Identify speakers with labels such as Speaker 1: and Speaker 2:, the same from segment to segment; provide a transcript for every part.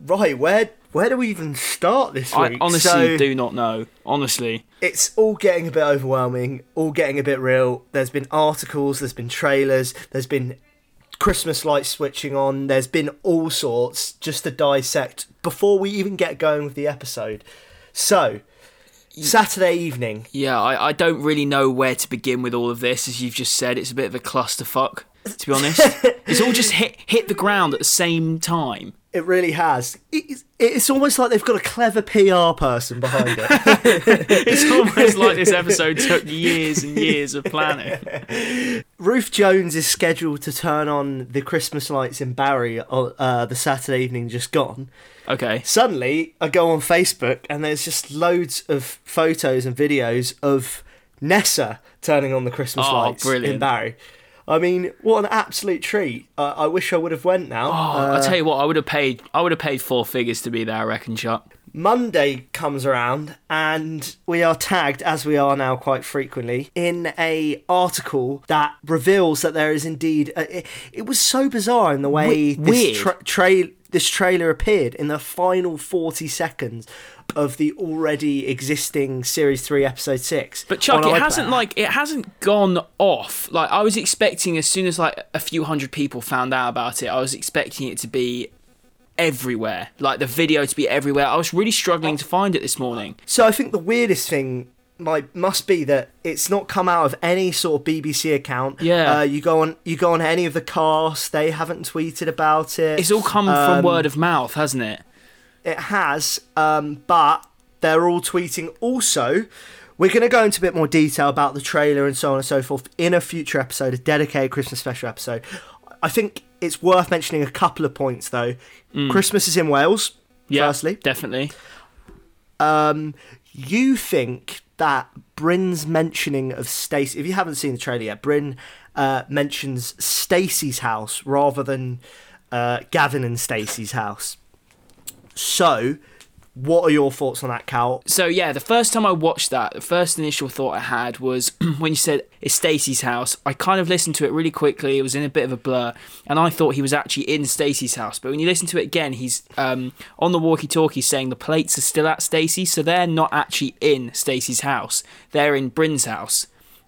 Speaker 1: right, where where do we even start this week?
Speaker 2: I honestly
Speaker 1: So-
Speaker 2: do not know. Honestly,
Speaker 1: it's all getting a bit overwhelming, all getting a bit real. There's been articles, there's been trailers, there's been Christmas lights switching on, there's been all sorts just to dissect before we even get going with the episode. So, Saturday evening,
Speaker 2: yeah, I, I don't really know where to begin with all of this. As you've just said, it's a bit of a clusterfuck. To be honest, it's all just hit hit the ground at the same time.
Speaker 1: it really has. It, it's almost like they've got a clever PR person behind it.
Speaker 2: It's almost like this episode took years and years of planning.
Speaker 1: Ruth Jones is scheduled to turn on the Christmas lights in Barry on uh, the Saturday evening just gone.
Speaker 2: Okay,
Speaker 1: suddenly I go on Facebook and there's just loads of photos and videos of Nessa turning on the Christmas
Speaker 2: Oh,
Speaker 1: lights in
Speaker 2: brilliant.
Speaker 1: Barry. I mean, what an absolute treat! Uh, I wish I would have went now.
Speaker 2: oh, I tell you what, I would have paid. I would have paid four figures to be there. I reckon, Chuck.
Speaker 1: Monday comes around and we are tagged, as we are now quite frequently, in a article that reveals that there is indeed. A, it, it was so bizarre in the way
Speaker 2: Wi-
Speaker 1: this
Speaker 2: weird.
Speaker 1: tra- tra- this trailer appeared in the final forty seconds of the already existing series three episode six.
Speaker 2: But Chuck,
Speaker 1: on
Speaker 2: it
Speaker 1: iPlayer.
Speaker 2: hasn't like it hasn't gone off. Like I was expecting, as soon as like a few hundred people found out about it, I was expecting it to be everywhere, like the video to be everywhere. I was really struggling to find it this morning.
Speaker 1: So I think the weirdest thing might must be that it's not come out of any sort of BBC account.
Speaker 2: Yeah.
Speaker 1: Uh, you go on you go on any of the casts, they haven't tweeted about it.
Speaker 2: It's all come
Speaker 1: Um,
Speaker 2: from word of mouth, hasn't it?
Speaker 1: It has, um, but they're all tweeting also. We're going to go into a bit more detail about the trailer and so on and so forth in a future episode, a dedicated Christmas special episode. I think it's worth mentioning a couple of points though. Christmas is in Wales,
Speaker 2: Yeah,
Speaker 1: firstly.
Speaker 2: definitely.
Speaker 1: Um, you think that Bryn's mentioning of Stacey, if you haven't seen the trailer yet, Bryn uh, mentions Stacey's house rather than uh, Gavin and Stacey's house. So, what are your thoughts on that, Cal?
Speaker 2: So yeah, the first time I watched that, the first initial thought I had was when you said it's Stacey's house. I kind of listened to it really quickly. It was in a bit of a blur, and I thought he was actually in Stacey's house. But when you listen to it again, he's um, on the walkie-talkie saying the plates are still at Stacey, so they're not actually in Stacey's house. They're in Bryn's house.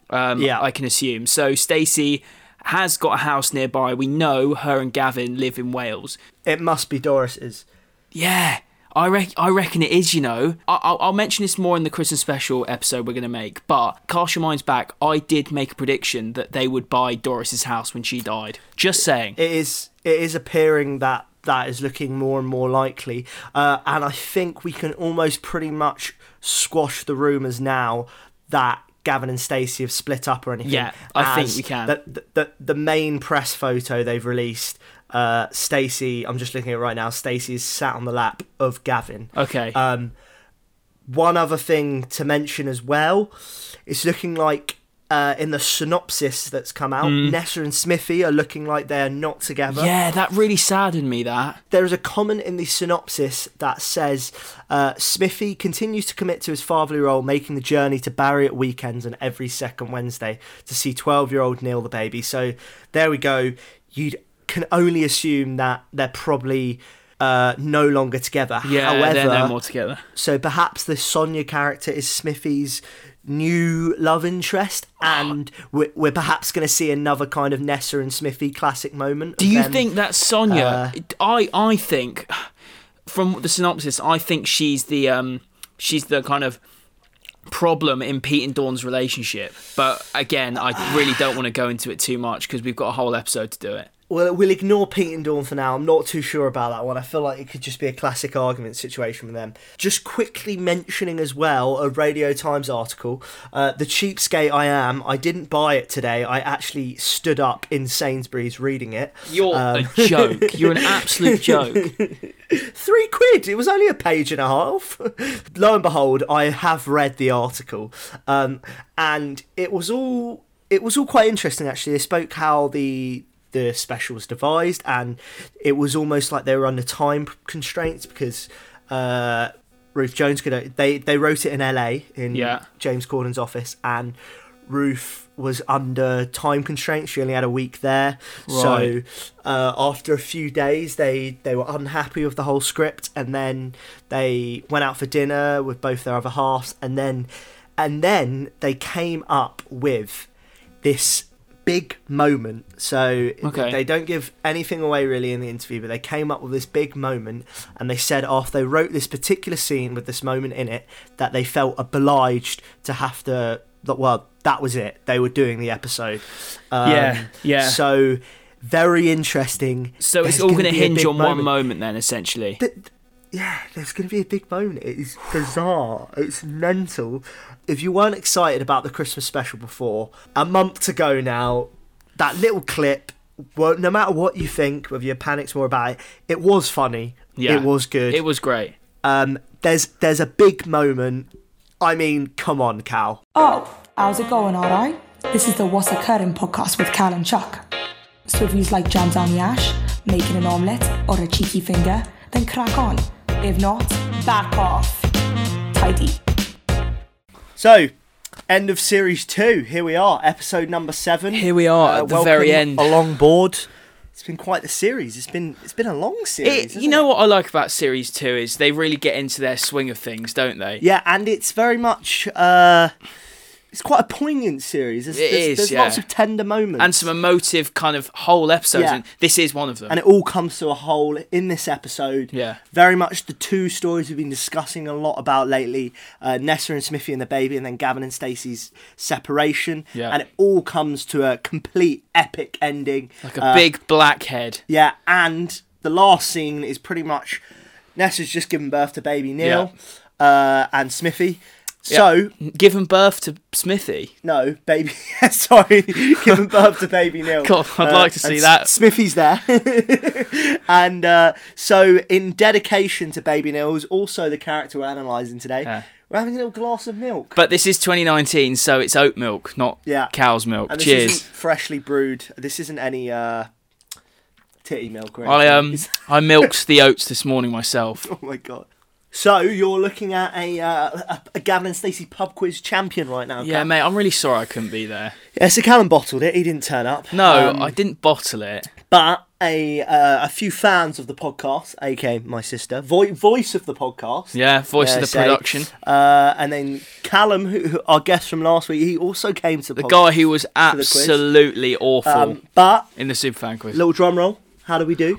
Speaker 2: Um,
Speaker 1: Yeah.
Speaker 2: I can assume. So Stacey has got a house nearby. We know her and Gavin live in Wales.
Speaker 1: It must be Doris's.
Speaker 2: Yeah, I rec- I reckon it is. You know, I- I'll-, I'll mention this more in the Christmas special episode we're gonna make. But cast your minds back. I did make a prediction that they would buy Doris's house when she died. Just saying.
Speaker 1: It is. It is appearing that that is looking more and more likely, uh, and I think we can almost pretty much squash the rumours now that Gavin and Stacey have split up or anything.
Speaker 2: Yeah, I think
Speaker 1: as
Speaker 2: we can.
Speaker 1: The, the, the, the main press photo they've released, uh, Stacey. I'm just looking at it right now. Stacey is sat on the lap of Gavin.
Speaker 2: Okay.
Speaker 1: Um, one other thing to mention as well, it's looking like uh, in the synopsis that's come out,
Speaker 2: Mm.
Speaker 1: Nessa and Smithy are looking like they're not together.
Speaker 2: yeah, that really saddened me. That.
Speaker 1: There is a comment in the synopsis that says uh, Smithy continues to commit to his fatherly role, making the journey to Barry at weekends and every second Wednesday to see 12 year old Neil the baby. So there we go. You can only assume that they're probably uh, no longer together.
Speaker 2: Yeah,
Speaker 1: However,
Speaker 2: they're no more together.
Speaker 1: so perhaps the Sonia character is Smithy's new love interest, and we're, we're perhaps going to see another kind of Nessa and Smithy classic moment.
Speaker 2: Do
Speaker 1: of
Speaker 2: you
Speaker 1: them.
Speaker 2: think that Sonia?
Speaker 1: uh,
Speaker 2: I I think from the synopsis, I think she's the um she's the kind of problem in Pete and Dawn's relationship. But again, I really don't want to go into it too much because we've got a whole episode to do it.
Speaker 1: Well, we'll ignore Pete and Dawn for now. I'm not too sure about that one. I feel like it could just be a classic argument situation with them. Just quickly mentioning as well a Radio Times article. Uh, the cheapskate I am. I didn't buy it today. I actually stood up in Sainsbury's reading it. Um,
Speaker 2: You're a joke. You're an absolute joke.
Speaker 1: three quid. It was only a page and a half. Lo and behold, I have read the article, um, and it was all it was all quite interesting actually. They spoke how the the special was devised, and it was almost like they were under time constraints because. Uh, Ruth Jones could they they wrote it in L.A. in
Speaker 2: Yeah.
Speaker 1: James Corden's office, and Ruth was under time constraints. She only had a week there, so uh, after a few days, they they were unhappy with the whole script, and then they went out for dinner with both their other halves, and then and then they came up with this big moment. So
Speaker 2: Okay.
Speaker 1: they don't give anything away really in the interview, but they came up with this big moment and they said after they wrote this particular scene with this moment in it that they felt obliged to have to that well, that was it. They were doing the episode. Um,
Speaker 2: Yeah, yeah.
Speaker 1: So very interesting.
Speaker 2: So it's
Speaker 1: There's
Speaker 2: all
Speaker 1: gonna
Speaker 2: going to
Speaker 1: be a
Speaker 2: hinge
Speaker 1: big
Speaker 2: on one
Speaker 1: moment.
Speaker 2: moment then, essentially.
Speaker 1: Th- th- yeah, there's going to be a big moment. It is bizarre. It's mental. If you weren't excited about the Christmas special before, a month to go now, that little clip, well, no matter what you think, whether you panicked more about it, it was funny.
Speaker 2: Yeah.
Speaker 1: It was good.
Speaker 2: It was great.
Speaker 1: um, there's there's a big moment. I mean, come on, Cal.
Speaker 3: Oh, how's it going, alright? This is the What's Occurring podcast with Cal and Chuck. So if you like jam down the ash, making an omelette or a cheeky finger, then crack on. If not, back off. Tidy.
Speaker 1: So, end of series two. Here we are, episode number seven. Uh,
Speaker 2: Here we are at the
Speaker 1: welcome
Speaker 2: very end.
Speaker 1: Along board. It's been quite the series. It's been it's been a long series.
Speaker 2: It, you
Speaker 1: isn't it?
Speaker 2: know what I like about series two is they really get into their swing of things, don't they?
Speaker 1: Yeah, and it's very much. Uh, it's quite a poignant series. There's,
Speaker 2: It
Speaker 1: there's,
Speaker 2: is,
Speaker 1: there's
Speaker 2: yeah.
Speaker 1: lots of tender moments,
Speaker 2: And some emotive kind of whole episodes,
Speaker 1: Yeah.
Speaker 2: and this is one of them.
Speaker 1: and it all comes to a whole in this episode.
Speaker 2: Yeah.
Speaker 1: very much the two stories we've been discussing a lot about lately: uh, Nessa and Smithy and the baby, and then Gavin and Stacey's separation.
Speaker 2: Yeah.
Speaker 1: and it all comes to a complete epic ending. Uh,
Speaker 2: like a big black head.
Speaker 1: Yeah, and the last scene is pretty much Nessa's just given birth to baby Neil, uh, and Smithy. So
Speaker 2: Given birth to Smithy.
Speaker 1: No, baby. sorry, giving birth to baby Neil. Uh,
Speaker 2: God, I'd like to see
Speaker 1: and S-
Speaker 2: that.
Speaker 1: Smithy's there, and uh, so in dedication to baby Neil, who's also the character we're analysing today,
Speaker 2: Yeah.
Speaker 1: we're having a little glass of milk.
Speaker 2: But this is 2019, so it's oat milk, not
Speaker 1: Yeah.
Speaker 2: cow's milk.
Speaker 1: and this isn't
Speaker 2: Cheers.
Speaker 1: freshly brewed. This isn't any uh, titty milk. Or
Speaker 2: I
Speaker 1: anything.
Speaker 2: um I milked the oats this morning myself.
Speaker 1: Oh my god. So you're looking at a uh, a, a Gavin and Stacey pub quiz champion right now.
Speaker 2: Yeah,
Speaker 1: Cal.
Speaker 2: mate, I'm really sorry I couldn't be there.
Speaker 1: yeah. So Callum bottled it. He didn't turn up. Um,
Speaker 2: No, I didn't bottle it.
Speaker 1: But a uh, a few fans of the podcast, aka my sister, vo- voice of the podcast,
Speaker 2: Yeah, voice
Speaker 1: dare
Speaker 2: of the
Speaker 1: say,
Speaker 2: production.
Speaker 1: uh, and then Callum, who, who our guest from last week, he also came to the,
Speaker 2: The guy who was
Speaker 1: quiz.
Speaker 2: absolutely awful
Speaker 1: Um, but
Speaker 2: in the Superfan quiz.
Speaker 1: little drum roll, how do we do?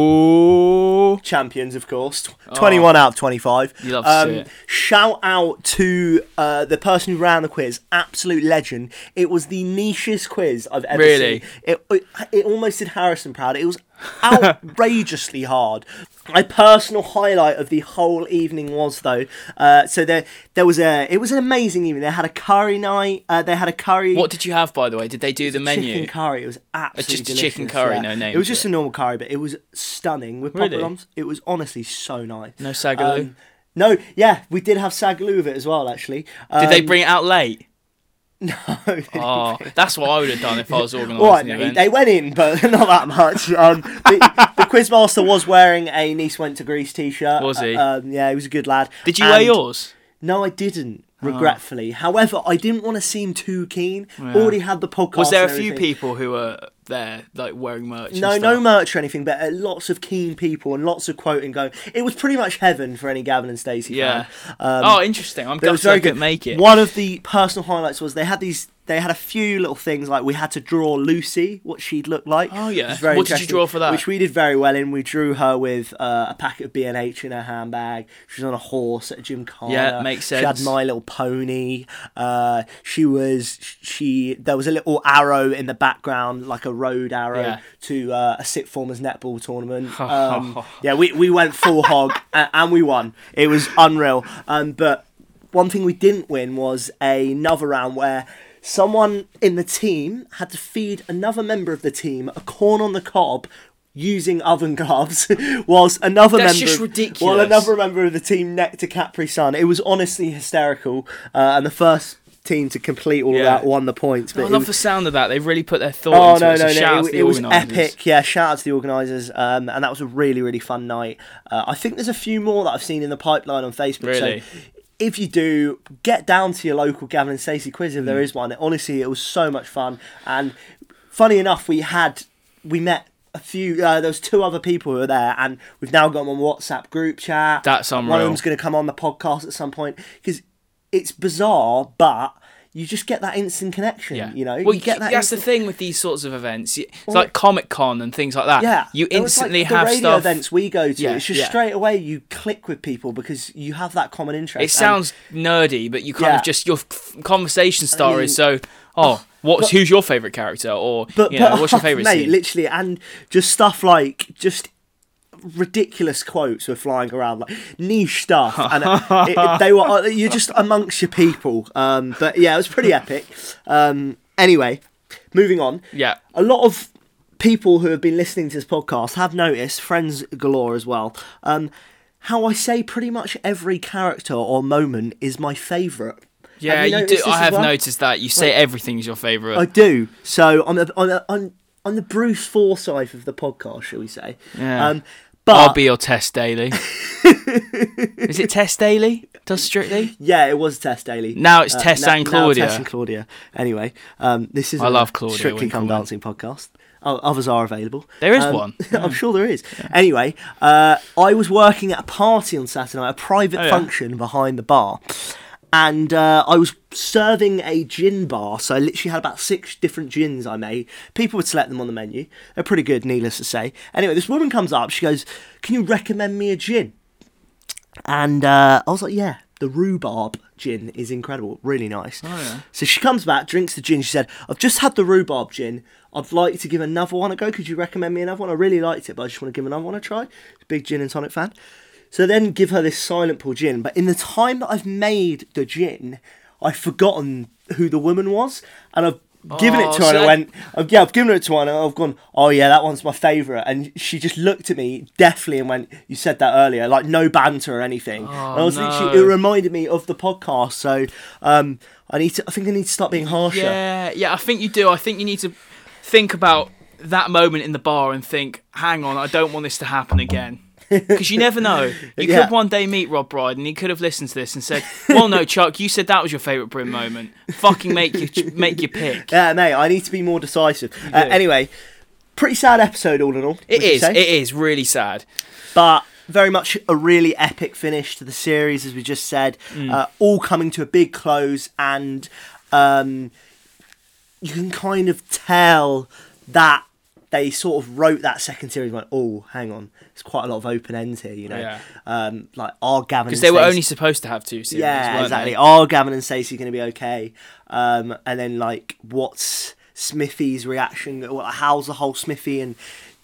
Speaker 2: Ooh.
Speaker 1: Champions, of course, Tw-
Speaker 2: Oh.
Speaker 1: twenty-one out of twenty-five. Um,
Speaker 2: You love to see it.
Speaker 1: Shout out to uh, the person who ran the quiz, absolute legend. It was the nichest quiz I've ever
Speaker 2: Really?
Speaker 1: seen. It, it it almost did Harrison proud. It was outrageously hard. My personal highlight of the whole evening was though. Uh, so there there was a it was an amazing evening. They had a curry night. Uh, they had a curry.
Speaker 2: What did you have, by the way? Did they do the
Speaker 1: Chicken
Speaker 2: menu?
Speaker 1: curry. It was absolutely
Speaker 2: just a chicken
Speaker 1: delicious,
Speaker 2: curry,
Speaker 1: yeah.
Speaker 2: no name
Speaker 1: It was
Speaker 2: to
Speaker 1: just
Speaker 2: it.
Speaker 1: a normal curry, but it was stunning with
Speaker 2: Really?
Speaker 1: poppadoms. It was honestly so nice. Um,
Speaker 2: No sagaloo?
Speaker 1: no, yeah, we did have sagaloo with it as well. Actually, um,
Speaker 2: Did they bring it out late?
Speaker 1: no,
Speaker 2: Oh, that's what I would have done if I was
Speaker 1: All right,
Speaker 2: organising the
Speaker 1: mate,
Speaker 2: event.
Speaker 1: they went in, but not that much. Um, the, the quizmaster was wearing a niece went to Greece t-shirt.
Speaker 2: Was he?
Speaker 1: Uh, um, yeah, he was a good lad.
Speaker 2: Did you wear
Speaker 1: And-
Speaker 2: yours? Oh.
Speaker 1: No, I didn't. Regretfully, however, I didn't want to seem too keen. Already had the podcast.
Speaker 2: Was there a
Speaker 1: and
Speaker 2: few
Speaker 1: everything.
Speaker 2: people who were there, like wearing merch? and
Speaker 1: No,
Speaker 2: stuff?
Speaker 1: no merch or anything, but uh, lots of keen people and lots of quoting going. It was pretty much heaven for any Gavin and Stacey.
Speaker 2: Yeah.
Speaker 1: fan. Um,
Speaker 2: oh, interesting. I'm
Speaker 1: But it was
Speaker 2: glad
Speaker 1: very
Speaker 2: I
Speaker 1: good.
Speaker 2: could make it.
Speaker 1: One of the personal highlights was they had these. They had a few little things like we had to draw Lucy what she'd look like.
Speaker 2: Oh,
Speaker 1: which
Speaker 2: yeah.
Speaker 1: was very
Speaker 2: What did you
Speaker 1: interesting,
Speaker 2: draw for that?
Speaker 1: Which we did very well in. We drew her with uh, a packet of B and H in her handbag. She was on a horse at a gymkhana.
Speaker 2: Yeah, makes
Speaker 1: She had
Speaker 2: sense.
Speaker 1: My Little Pony. Uh, she was she. There was a little arrow in the background, like a road arrow
Speaker 2: Yeah.
Speaker 1: to uh, a sitformers netball tournament. Um, yeah, we, we went full hog and, and we won. It was unreal. Um, but one thing we didn't win was another round where someone in the team had to feed another member of the team a corn on the cob using oven gloves whilst another
Speaker 2: That's
Speaker 1: member
Speaker 2: just
Speaker 1: of-
Speaker 2: ridiculous.
Speaker 1: while another member of the team necked a Capri Sun. It was honestly hysterical uh, and the first team to complete all of
Speaker 2: Yeah.
Speaker 1: that won the points but
Speaker 2: I
Speaker 1: it
Speaker 2: love
Speaker 1: was-
Speaker 2: the sound of that. They've really put their thought
Speaker 1: Oh
Speaker 2: into
Speaker 1: no, no,
Speaker 2: it. So
Speaker 1: no!
Speaker 2: shout out to
Speaker 1: it,
Speaker 2: the
Speaker 1: it was
Speaker 2: organisers.
Speaker 1: epic. Yeah, shout out to the organisers, um, and that was a really, really fun night. Uh, I think there's a few more that I've seen in the pipeline on Facebook.
Speaker 2: Really?
Speaker 1: So if you do, get down to your local Gavin and Stacey quiz if
Speaker 2: Hmm.
Speaker 1: there is one. Honestly, it was so much fun. And funny enough, we had we met a few. Uh, there was two other people who were there, and we've now got them on WhatsApp group chat.
Speaker 2: That's
Speaker 1: One of
Speaker 2: unreal.
Speaker 1: them's going to come on the podcast at some point because it's bizarre, but you just get that instant connection.
Speaker 2: Yeah.
Speaker 1: You know,
Speaker 2: well,
Speaker 1: you get that.
Speaker 2: that's the
Speaker 1: instant-
Speaker 2: thing with these sorts of events. It's like Comic Con and things like that.
Speaker 1: Yeah,
Speaker 2: You
Speaker 1: It was
Speaker 2: instantly
Speaker 1: like the
Speaker 2: have
Speaker 1: radio
Speaker 2: stuff.
Speaker 1: events we go to.
Speaker 2: Yeah,
Speaker 1: it's just
Speaker 2: yeah.
Speaker 1: straight away you click with people because you have that common interest.
Speaker 2: It
Speaker 1: and-
Speaker 2: sounds nerdy, but you kind
Speaker 1: Yeah.
Speaker 2: of just your f- conversation star
Speaker 1: mean-
Speaker 2: is so. Oh, what's who's your favorite character, or
Speaker 1: But,
Speaker 2: you know,
Speaker 1: but
Speaker 2: what's your favorite
Speaker 1: mate,
Speaker 2: scene?
Speaker 1: literally, and just stuff like just ridiculous quotes were flying around, like niche stuff, and it, it- they were uh, you're just amongst your people. Um, but yeah, it was pretty epic. Um, anyway, moving on.
Speaker 2: Yeah.
Speaker 1: a lot of people who have been listening to this podcast have noticed friends galore as well. Um, how I say pretty much every character or moment is my favourite.
Speaker 2: yeah, you,
Speaker 1: noticed
Speaker 2: do.
Speaker 1: this
Speaker 2: I
Speaker 1: as
Speaker 2: have
Speaker 1: well?
Speaker 2: noticed that you say everything's your favorite.
Speaker 1: I do. So on the on the, on, on the Bruce Forsyth of the podcast, shall we say?
Speaker 2: Yeah.
Speaker 1: Um, but
Speaker 2: I'll be your test daily. is it test daily? Does strictly?
Speaker 1: yeah, it was Test Daily.
Speaker 2: Now it's Tess
Speaker 1: now-
Speaker 2: and
Speaker 1: now
Speaker 2: Claudia.
Speaker 1: Tess and Claudia. Anyway, um, this is
Speaker 2: I
Speaker 1: a
Speaker 2: love Claudia
Speaker 1: Strictly
Speaker 2: when
Speaker 1: Come
Speaker 2: come on.
Speaker 1: Dancing podcast. O- Others are available. Um,
Speaker 2: There is one.
Speaker 1: I'm sure there is. Anyway, uh, I was working at a party on Saturday night, a private
Speaker 2: Oh, yeah.
Speaker 1: function behind the bar. And uh, I was serving a gin bar, so I literally had about six different gins I made. People would select them on the menu. They're pretty good, needless to say. Anyway, this woman comes up, she goes, Can you recommend me a gin? And uh, I was like, yeah, the rhubarb gin is incredible, really nice. So she comes back, drinks the gin. She said, I've just had the rhubarb gin. I'd like to give another one a go. Could you recommend me another one? I really liked it, but I just want to give another one a try. Big gin and tonic fan. So then give her this silent pool gin. But in the time that I've made the gin, I've forgotten who the woman was, and I've given it
Speaker 2: Oh,
Speaker 1: to her. and
Speaker 2: so
Speaker 1: I
Speaker 2: that-
Speaker 1: went, I've, yeah, I've given it to her and I've gone, oh yeah, that one's my favourite. And she just looked at me deftly and went, you said that earlier, like no banter or anything. and I was literally,
Speaker 2: Oh, no.
Speaker 1: it reminded me of the podcast. So um, I need to, I think I need to start being harsher.
Speaker 2: Yeah, yeah, I think you do. I think you need to think about that moment in the bar and think, hang on, I don't want this to happen again. Because you never know. You
Speaker 1: Yeah.
Speaker 2: could one day meet Rob Brydon. and he could have listened to this and said, well, no, Chuck, you said that was your favourite Brim moment. Fucking make your, make your pick.
Speaker 1: Yeah, mate, I need to be more decisive. Uh, anyway, pretty sad episode all in all.
Speaker 2: It
Speaker 1: would you
Speaker 2: is.
Speaker 1: say?
Speaker 2: It is really sad.
Speaker 1: but very much a really epic finish to the series, as we just said,
Speaker 2: Mm.
Speaker 1: uh, all coming to a big close, and um, you can kind of tell that they sort of wrote that second series. and Went, oh, hang on, there's quite a lot of open ends here, you know,
Speaker 2: Yeah.
Speaker 1: um, like are Gavin
Speaker 2: Because they were only supposed to have two series.
Speaker 1: yeah,
Speaker 2: weren't
Speaker 1: exactly.
Speaker 2: They?
Speaker 1: Are Gavin and Stacey going to be okay? Um, and then like, what's Smithy's reaction? What- How's the whole Smithy and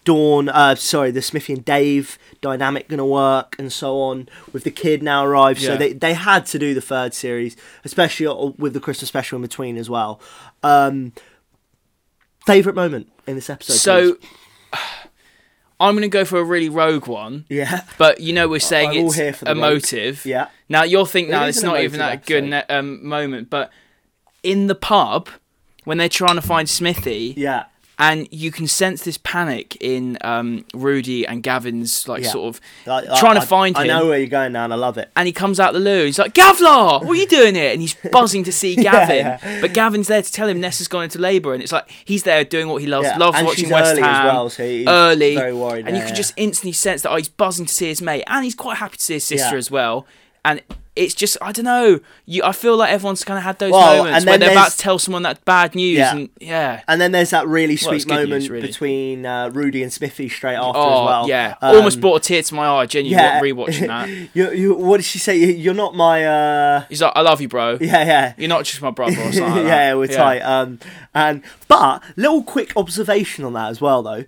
Speaker 1: Dawn? Uh, sorry, the Smithy and Dave dynamic going to work, and so on. With the kid now arrived, so
Speaker 2: Yeah.
Speaker 1: they they had to do the third series, especially o- with the Christmas special in between as well. Um, favorite moment in this episode?
Speaker 2: So
Speaker 1: please?
Speaker 2: I'm going to go for a really rogue one.
Speaker 1: yeah,
Speaker 2: But you know, we're saying
Speaker 1: I'm all here
Speaker 2: it's
Speaker 1: for the rope.
Speaker 2: emotive.
Speaker 1: Yeah.
Speaker 2: Now you'll think now
Speaker 1: is
Speaker 2: it's
Speaker 1: an
Speaker 2: not even
Speaker 1: emotive
Speaker 2: that good ne- um, moment, but in the pub when they're trying to find Smithy,
Speaker 1: yeah,
Speaker 2: and you can sense this panic in um, Rudy and Gavin's like
Speaker 1: Yeah.
Speaker 2: sort of
Speaker 1: Like, I-
Speaker 2: trying
Speaker 1: I-
Speaker 2: to find
Speaker 1: I
Speaker 2: him.
Speaker 1: know where you're going now, and I love it.
Speaker 2: And he comes out the loo. He's like, Gavlar, what are you doing here? And he's buzzing to see Gavin. But Gavin's there to tell him Nessa's gone into labour. And it's like, he's there doing what he loves,
Speaker 1: Yeah,
Speaker 2: loves
Speaker 1: and
Speaker 2: watching
Speaker 1: she's
Speaker 2: West
Speaker 1: early as
Speaker 2: Ham.
Speaker 1: well, so he's
Speaker 2: early.
Speaker 1: very worried
Speaker 2: and you
Speaker 1: there,
Speaker 2: can
Speaker 1: yeah.
Speaker 2: just instantly sense that oh, he's buzzing to see his mate. And he's quite happy to see his sister
Speaker 1: Yeah.
Speaker 2: as well. And it's just, I don't know. You, I feel like everyone's kind of had those
Speaker 1: Well,
Speaker 2: moments
Speaker 1: and
Speaker 2: where
Speaker 1: then
Speaker 2: they're about
Speaker 1: there's-
Speaker 2: to tell someone that bad news.
Speaker 1: Yeah.
Speaker 2: And yeah.
Speaker 1: And then there's that really
Speaker 2: Well, it's
Speaker 1: sweet
Speaker 2: good news,
Speaker 1: moment
Speaker 2: really.
Speaker 1: between uh, Rudy and Smithy straight after
Speaker 2: Oh,
Speaker 1: as well.
Speaker 2: yeah.
Speaker 1: Um,
Speaker 2: Almost brought a tear to my eye, genuinely, rewatching that.
Speaker 1: you, you, what did she say? You- You're not my. Uh...
Speaker 2: He's like, I love you, bro.
Speaker 1: Yeah, yeah.
Speaker 2: You're not just my brother or something.
Speaker 1: yeah,
Speaker 2: like that.
Speaker 1: yeah, we're tight. Um, and but little quick observation on that as well, though.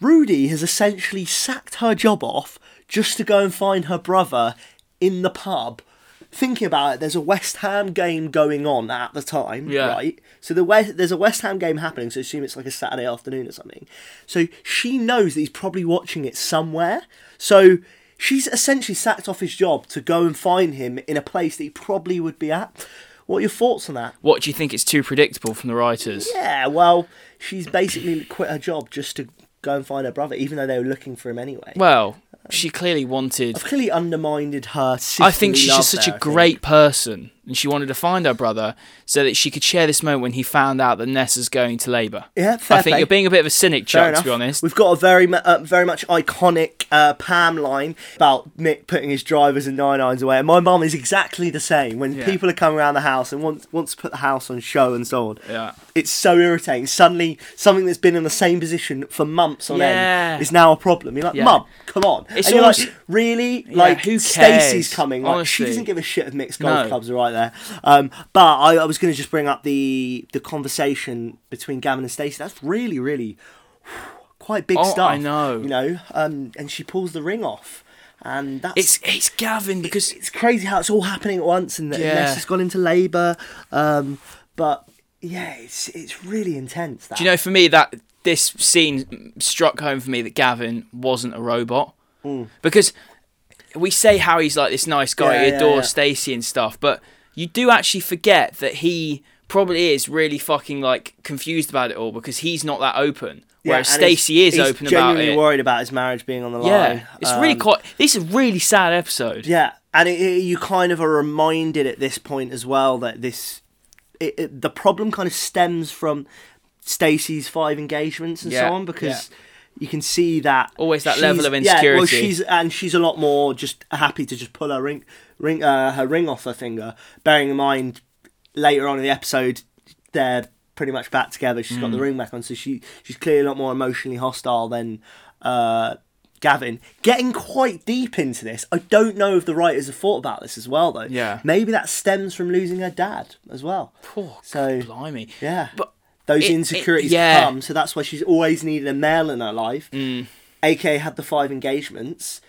Speaker 1: Rudy has essentially sacked her job off just to go and find her brother in the pub. Thinking about it, there's a West Ham game going on at the time,
Speaker 2: Yeah.
Speaker 1: right? So the West, there's a West Ham game happening. So assume it's like a Saturday afternoon or something. So she knows that he's probably watching it somewhere. So she's essentially sacked off his job to go and find him in a place that he probably would be at. What are your thoughts on that?
Speaker 2: What do you think? It's too predictable from the writers.
Speaker 1: Yeah, well, she's basically quit her job just to go and find her brother, even though they were looking for him anyway.
Speaker 2: Well, she clearly wanted.
Speaker 1: I've clearly undermined her.
Speaker 2: I think she's
Speaker 1: sisterly
Speaker 2: just
Speaker 1: love
Speaker 2: such
Speaker 1: there,
Speaker 2: a
Speaker 1: I think.
Speaker 2: great person, and she wanted to find her brother so that she could share this moment when he found out that Nessa's going to labour.
Speaker 1: Yeah, fair
Speaker 2: I think
Speaker 1: play.
Speaker 2: you're being a bit of a cynic,
Speaker 1: Fair
Speaker 2: Chuck. To
Speaker 1: enough.
Speaker 2: be honest,
Speaker 1: We've got a very, mu- uh, very much iconic uh, Pam line about Nick putting his drivers and nine irons away. And my mum is exactly the same. When
Speaker 2: Yeah.
Speaker 1: people are coming around the house and wants wants to put the house on show and so on,
Speaker 2: Yeah.
Speaker 1: it's so irritating. Suddenly, something that's been in the same position for months on
Speaker 2: Yeah.
Speaker 1: end is now a problem. You're like,
Speaker 2: Yeah.
Speaker 1: mum, come on.
Speaker 2: It's
Speaker 1: and you're
Speaker 2: almost-
Speaker 1: like, really? like,
Speaker 2: who cares?
Speaker 1: Stacey's coming. Like,
Speaker 2: Honestly.
Speaker 1: she doesn't give a shit if Nick's golf
Speaker 2: No.
Speaker 1: clubs are right there. Um, but I, I was going to just bring up the the conversation between Gavin and Stacey. That's really, really quite big
Speaker 2: Oh,
Speaker 1: stuff.
Speaker 2: I know.
Speaker 1: You know, um, and she pulls the ring off, and that's
Speaker 2: it's it's Gavin because
Speaker 1: it's crazy how it's all happening at once, and that
Speaker 2: Yeah.
Speaker 1: Nessa's gone into labour. Um, but yeah, it's it's really intense. That
Speaker 2: Do you know, for me, that this scene struck home for me that Gavin wasn't a robot
Speaker 1: Hmm.
Speaker 2: because we say how he's like this nice guy,
Speaker 1: Yeah,
Speaker 2: he
Speaker 1: yeah,
Speaker 2: adores
Speaker 1: yeah.
Speaker 2: Stacy and stuff, but you do actually forget that he probably is really fucking like confused about it all because he's not that open,
Speaker 1: Yeah,
Speaker 2: whereas
Speaker 1: and he's-
Speaker 2: Stacy is
Speaker 1: he's
Speaker 2: open about
Speaker 1: genuinely
Speaker 2: it.
Speaker 1: worried about his marriage being on the line.
Speaker 2: Yeah, it's really
Speaker 1: Um,
Speaker 2: quite. This is a really sad episode.
Speaker 1: Yeah, and it, it- you kind of are reminded at this point as well that this it, it- the problem kind of stems from Stacey's five engagements and
Speaker 2: Yeah,
Speaker 1: so on because. You can see that
Speaker 2: Always that
Speaker 1: she's-
Speaker 2: level of
Speaker 1: Yeah, well,
Speaker 2: insecurity.
Speaker 1: she's and she's a lot more just happy to just pull her ring, ring, uh, her ring off her finger. Bearing in mind, later on in the episode, they're pretty much back together. She's
Speaker 2: Mm.
Speaker 1: got the ring back on, so she she's clearly a lot more emotionally hostile than uh, Gavin. Getting quite deep into this, I don't know if the writers have thought about this as well, though.
Speaker 2: Yeah.
Speaker 1: maybe that stems from losing her dad as well.
Speaker 2: Poor
Speaker 1: so
Speaker 2: blimey.
Speaker 1: yeah,
Speaker 2: But
Speaker 1: those
Speaker 2: it- it-
Speaker 1: insecurities
Speaker 2: yeah. Mm.
Speaker 1: come, so that's why she's always needed a male in her life. AKA had the five engagements,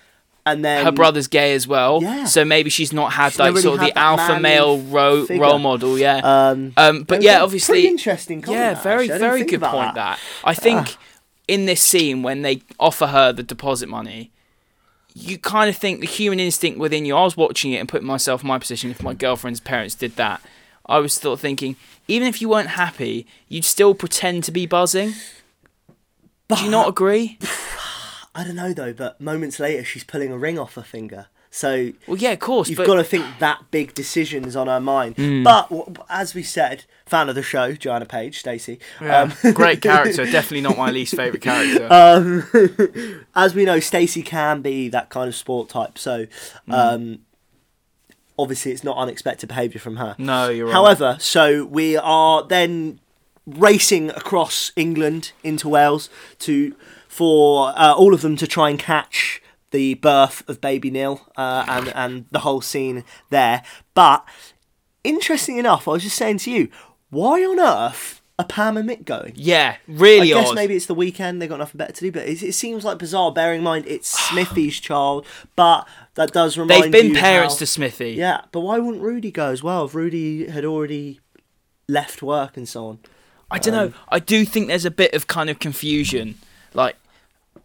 Speaker 1: and then
Speaker 2: her brother's gay as well.
Speaker 1: Yeah.
Speaker 2: So maybe she's not had
Speaker 1: never
Speaker 2: like sort of
Speaker 1: really
Speaker 2: the
Speaker 1: had that
Speaker 2: alpha
Speaker 1: man
Speaker 2: male ro-
Speaker 1: figure.
Speaker 2: role model. Yeah.
Speaker 1: Um,
Speaker 2: Um, but
Speaker 1: That was
Speaker 2: yeah,
Speaker 1: a
Speaker 2: obviously,
Speaker 1: pretty interesting comment,
Speaker 2: yeah,
Speaker 1: that,
Speaker 2: very,
Speaker 1: actually. I didn't
Speaker 2: very
Speaker 1: think
Speaker 2: good
Speaker 1: about
Speaker 2: point. That,
Speaker 1: that. Ah.
Speaker 2: I think in this scene when they offer her the deposit money, you kind of think the human instinct within you. I was watching it and putting myself in my position. If my girlfriend's parents did that, I was sort of thinking, even if you weren't happy, you'd still pretend to be buzzing. Do you not agree?
Speaker 1: I don't know though, but moments later she's pulling a ring off her finger. So
Speaker 2: Well, yeah, of course.
Speaker 1: you've
Speaker 2: but Mm.
Speaker 1: got to think that big decision is on her mind. But w- as we said, fan of the show, Joanna Page, Stacey. Um,
Speaker 2: great character, definitely not my least favorite character.
Speaker 1: Uh, as we know, Stacey can be that kind of sport type. So
Speaker 2: Mm.
Speaker 1: um, obviously, it's not unexpected behaviour from her.
Speaker 2: No, you're right.
Speaker 1: However, so we are then racing across England into Wales to for uh, all of them to try and catch the birth of baby Neil uh, and and the whole scene there. But interesting enough, I was just saying to you, why on earth are Pam and Mick going?
Speaker 2: yeah, really
Speaker 1: I guess
Speaker 2: odd.
Speaker 1: maybe it's the weekend. They got nothing better to do, but it, it seems like bizarre. Bearing in mind it's Smithy's child, but that does remind
Speaker 2: They've been
Speaker 1: you
Speaker 2: parents
Speaker 1: how-
Speaker 2: to Smithy.
Speaker 1: Yeah, but why wouldn't Rudy go as well? If Rudy had already left work and so on.
Speaker 2: I don't
Speaker 1: Um,
Speaker 2: know. I do think there's a bit of kind of confusion, like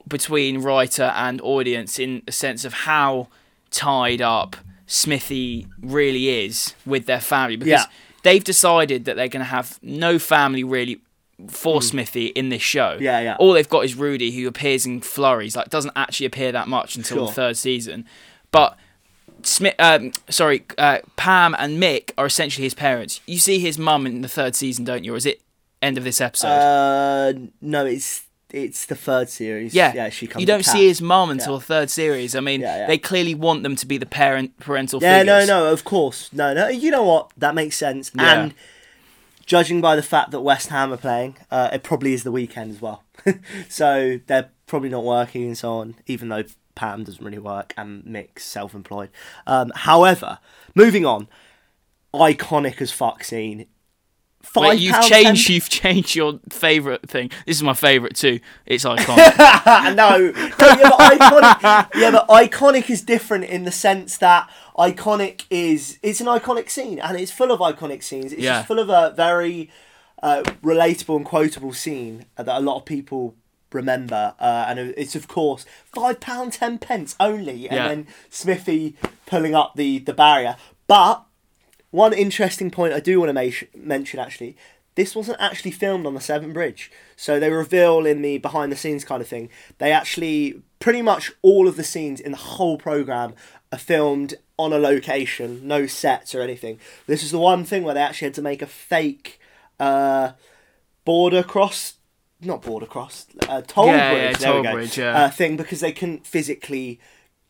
Speaker 2: between writer and audience, in the sense of how tied up Smithy really is with their family because
Speaker 1: Yeah.
Speaker 2: they've decided that they're going to have no family really for Smithy in this show.
Speaker 1: Hmm. Yeah, yeah.
Speaker 2: All they've got is Rudy, who appears in flurries, like doesn't actually appear that much until the
Speaker 1: Sure.
Speaker 2: third season, but. Smith, um, sorry, uh, Pam and Mick are essentially his parents. You see his mum in the third season, don't you? Or is it end of this episode?
Speaker 1: Uh, no, it's it's the third series.
Speaker 2: yeah,
Speaker 1: yeah, she comes.
Speaker 2: You don't
Speaker 1: to
Speaker 2: see
Speaker 1: Cat.
Speaker 2: his mum until the third series. I mean,
Speaker 1: Yeah, yeah.
Speaker 2: they clearly want them to be the parent parental
Speaker 1: Yeah, no,
Speaker 2: figures.
Speaker 1: no, of course, no, no. You know what? That makes sense.
Speaker 2: Yeah.
Speaker 1: And judging by the fact that West Ham are playing, uh, it probably is the weekend as well. so they're probably not working and so on. Even though Pam doesn't really work and Mick's self-employed. Um, however, moving on, iconic as fuck scene.
Speaker 2: Wait,
Speaker 1: Five
Speaker 2: you've
Speaker 1: pound
Speaker 2: changed.
Speaker 1: ten-
Speaker 2: You've changed your favourite thing. This is my favourite too. It's iconic.
Speaker 1: Ah, no, no, yeah, but iconic. yeah, but iconic is different in the sense that iconic is it's an iconic scene and it's full of iconic scenes. It's
Speaker 2: Yeah.
Speaker 1: just full of a very uh, relatable and quotable scene that a lot of people remember, uh, and it's of course five pound ten pence only, and
Speaker 2: Yeah.
Speaker 1: then Smithy pulling up the the barrier, but. One interesting point I do want to ma- mention actually this wasn't actually filmed on the Severn Bridge. So they reveal in the behind the scenes kind of thing, they actually pretty much all of the scenes in the whole program are filmed on a location, no sets or anything. This is the one thing where they actually had to make a fake uh, border cross, not border cross, uh, toll
Speaker 2: Yeah,
Speaker 1: bridge.
Speaker 2: yeah,
Speaker 1: there
Speaker 2: toll
Speaker 1: we go.
Speaker 2: bridge, yeah.
Speaker 1: uh, thing because they couldn't physically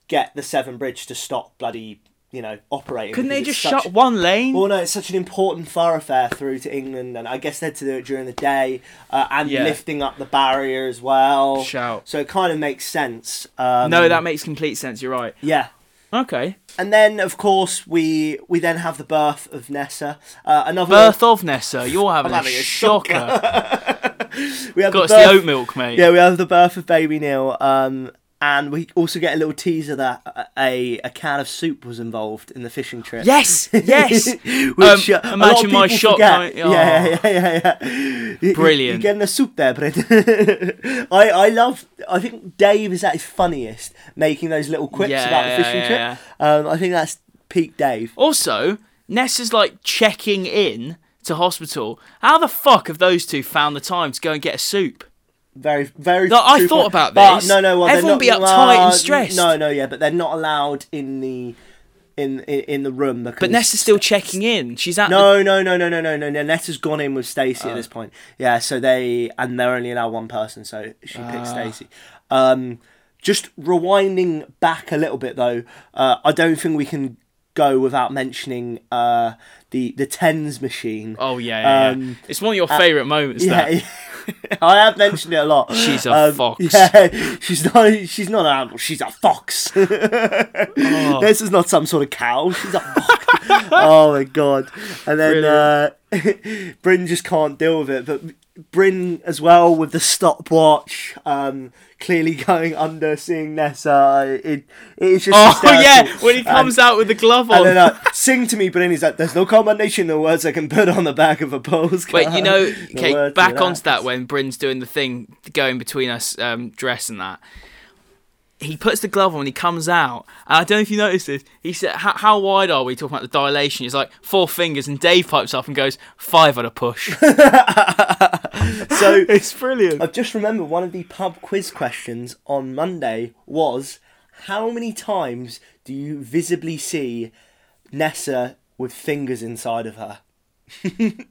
Speaker 1: get the Severn Bridge to stop bloody you know operating.
Speaker 2: Couldn't they
Speaker 1: because
Speaker 2: just
Speaker 1: it's
Speaker 2: shut
Speaker 1: such-
Speaker 2: one lane?
Speaker 1: well, no, it's such an important thoroughfare through to England, and I guess they had to do it during the day uh, and
Speaker 2: Yeah.
Speaker 1: lifting up the barrier as well.
Speaker 2: Shout.
Speaker 1: So it kind of makes sense. Um,
Speaker 2: no, that makes complete sense. You're right.
Speaker 1: yeah.
Speaker 2: Okay.
Speaker 1: And then, of course, we we then have the birth of Nessa. Uh, another
Speaker 2: Birth of Nessa. You're having,
Speaker 1: having
Speaker 2: a,
Speaker 1: a
Speaker 2: shocker.
Speaker 1: we have
Speaker 2: God, it's the
Speaker 1: birth-
Speaker 2: oat milk, mate.
Speaker 1: Yeah, we have the birth of baby Neil. Um, and we also get a little teaser that a a can of soup was involved in the fishing trip.
Speaker 2: Yes, yes.
Speaker 1: Which
Speaker 2: Um,
Speaker 1: uh, a lot
Speaker 2: imagine
Speaker 1: of
Speaker 2: my
Speaker 1: people
Speaker 2: shock
Speaker 1: forget.
Speaker 2: going, "Oh."
Speaker 1: Yeah, yeah, yeah, yeah. You- you-
Speaker 2: Brilliant.
Speaker 1: You're getting a soup there, Brendan. I, I love. I think Dave is at his funniest making those little quips
Speaker 2: Yeah,
Speaker 1: about the
Speaker 2: yeah,
Speaker 1: fishing
Speaker 2: yeah,
Speaker 1: trip. Um, I think that's peak Dave.
Speaker 2: Also, Ness is like checking in to hospital. How the fuck have those two found the time to go and get a soup?
Speaker 1: Very, very.
Speaker 2: No, I
Speaker 1: true
Speaker 2: thought
Speaker 1: point.
Speaker 2: about
Speaker 1: But
Speaker 2: this.
Speaker 1: no, no. Well, they're
Speaker 2: Everyone
Speaker 1: not,
Speaker 2: be uptight and
Speaker 1: uh,
Speaker 2: stressed.
Speaker 1: No, no, yeah, but they're not allowed in the in in, in the room because.
Speaker 2: But Ness is still checking in. She's at the Oh.
Speaker 1: No, no, no, no, no, no, no. no. Netta's gone in with Stacey at this point. Yeah, so they and they're only allowed one person, so she
Speaker 2: Ah.
Speaker 1: picked Stacey. Um, just rewinding back a little bit though, uh, I don't think we can go without mentioning uh, the the tens machine.
Speaker 2: Oh yeah, yeah, yeah.
Speaker 1: Um,
Speaker 2: it's one of your favourite moments.
Speaker 1: Yeah,
Speaker 2: that
Speaker 1: I have mentioned it a lot. Um,
Speaker 2: She's a fox.
Speaker 1: Yeah, she's not. She's not an animal. She's a fox.
Speaker 2: Oh.
Speaker 1: This is not some sort of cow. She's a fox. oh my god! And then uh, Bryn just can't deal with it. But Bryn as well with the stopwatch, um, clearly going under, seeing Nessa. It it is just.
Speaker 2: Oh
Speaker 1: hysterical.
Speaker 2: yeah, when he comes out with the glove on.
Speaker 1: And then uh, sing to me, Bryn. He's like, "There's no combination of words I can put on the back of a postcard."
Speaker 2: Wait, you know,
Speaker 1: The
Speaker 2: okay,
Speaker 1: words
Speaker 2: back
Speaker 1: that.
Speaker 2: onto that when Bryn's doing the thing going between us um, dress and that. He puts the glove on when he comes out. And I don't know if you noticed this. He said, "How- "How wide are we?" Talking about the dilation. He's like four fingers, and Dave pipes up and goes five on a push.
Speaker 1: So
Speaker 2: it's brilliant.
Speaker 1: I've just remembered one of the pub quiz questions on Monday was how many times do you visibly see Nessa with fingers inside of her?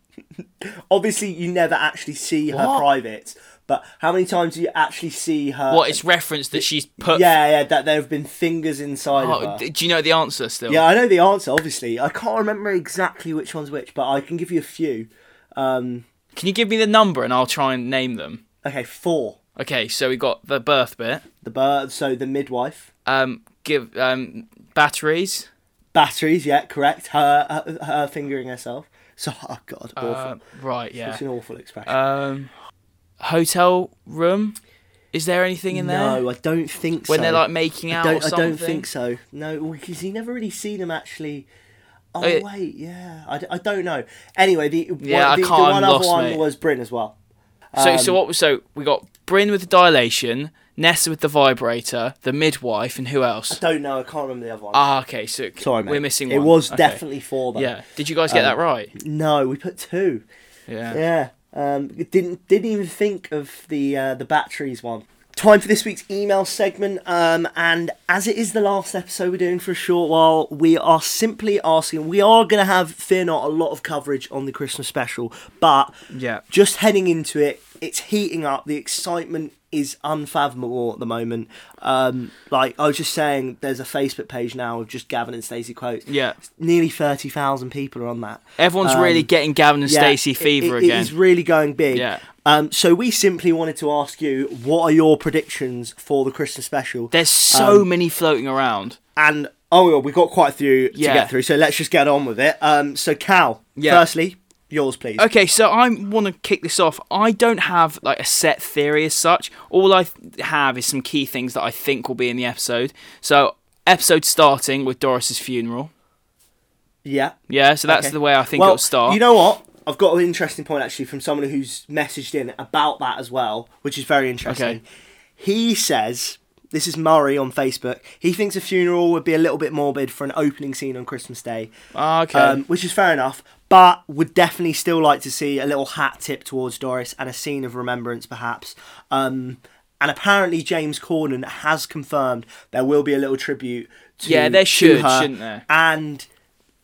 Speaker 1: Obviously, you never actually see her
Speaker 2: What?
Speaker 1: privates, but how many times do you actually see her?
Speaker 2: What it's referenced that she's put.
Speaker 1: Yeah, yeah, that there have been fingers inside of
Speaker 2: Oh,
Speaker 1: her.
Speaker 2: d- do you know the answer still?
Speaker 1: yeah, I know the answer, obviously. I can't remember exactly which one's which, but I can give you a few.
Speaker 2: Can you give me the number and I'll try and name them?
Speaker 1: Okay, four.
Speaker 2: Okay, so we got the birth bit.
Speaker 1: The bird, so the midwife.
Speaker 2: Um, give um batteries.
Speaker 1: Batteries, yeah, correct. Her her, her fingering herself. So, oh god, awful.
Speaker 2: Uh, right. Yeah.
Speaker 1: it's an awful expression.
Speaker 2: Um, hotel room. Is there anything in there?
Speaker 1: no, I don't think so.
Speaker 2: when they're like making
Speaker 1: I
Speaker 2: out
Speaker 1: don't,
Speaker 2: or
Speaker 1: I
Speaker 2: something.
Speaker 1: don't think so. No, because you never really see them actually. Oh
Speaker 2: yeah.
Speaker 1: wait, yeah, I, d- I don't know. Anyway, the
Speaker 2: Yeah, I
Speaker 1: one, the, the
Speaker 2: can't- I'm
Speaker 1: one other
Speaker 2: lost,
Speaker 1: one
Speaker 2: mate.
Speaker 1: was Bryn as well.
Speaker 2: So
Speaker 1: um,
Speaker 2: so what? So we got Bryn with the dilation, Nessa with the vibrator, the midwife, and who else?
Speaker 1: Don't know, I can't remember the other one.
Speaker 2: Ah, okay. So
Speaker 1: Sorry, mate.
Speaker 2: we're missing
Speaker 1: It
Speaker 2: one.
Speaker 1: was
Speaker 2: Okay.
Speaker 1: definitely four though.
Speaker 2: Yeah. Did you guys get that right?
Speaker 1: No, we put two.
Speaker 2: Yeah.
Speaker 1: Yeah. Um, didn't didn't even think of the uh, the batteries one. Time for this week's email segment, um, and as it is the last episode we're doing for a short while, we are simply asking. We are going to have fear not a lot of coverage on the Christmas special, but
Speaker 2: Yeah.
Speaker 1: just heading into it, it's heating up. The excitement is unfathomable at the moment. Um, like I was just saying, there's a Facebook page now of just Gavin and Stacey quotes.
Speaker 2: Yeah.
Speaker 1: nearly thirty thousand people are on that.
Speaker 2: Everyone's really getting Gavin and
Speaker 1: Um, Yeah,
Speaker 2: Stacey
Speaker 1: it-
Speaker 2: fever
Speaker 1: it-
Speaker 2: again.
Speaker 1: It is really going big.
Speaker 2: Yeah.
Speaker 1: Um, so we simply wanted to ask you, what are your predictions for the Christmas special?
Speaker 2: There's so
Speaker 1: um,
Speaker 2: many floating around.
Speaker 1: and oh, well, we've got quite a few
Speaker 2: Yeah.
Speaker 1: to get through, so let's just get on with it. Um, so Cal,
Speaker 2: Yeah.
Speaker 1: firstly, yours, please.
Speaker 2: Okay, so I want to kick this off. I don't have like a set theory as such. All I th- have is some key things that I think will be in the episode. So episode starting with Doris's funeral.
Speaker 1: Yeah.
Speaker 2: Yeah, so that's
Speaker 1: Okay.
Speaker 2: the way I think
Speaker 1: well,
Speaker 2: it'll start.
Speaker 1: You know what? I've got an interesting point actually from someone who's messaged in about that as well, which is very interesting.
Speaker 2: Okay.
Speaker 1: He says. This is Murray on Facebook. He thinks a funeral would be a little bit morbid for an opening scene on Christmas Day.
Speaker 2: Ah, okay.
Speaker 1: um, which is fair enough. but would definitely still like to see a little hat tip towards Doris and a scene of remembrance, perhaps. Um, and apparently, James Corden has confirmed there will be a little tribute. To,
Speaker 2: Yeah, there
Speaker 1: to
Speaker 2: should,
Speaker 1: her.
Speaker 2: shouldn't there?
Speaker 1: And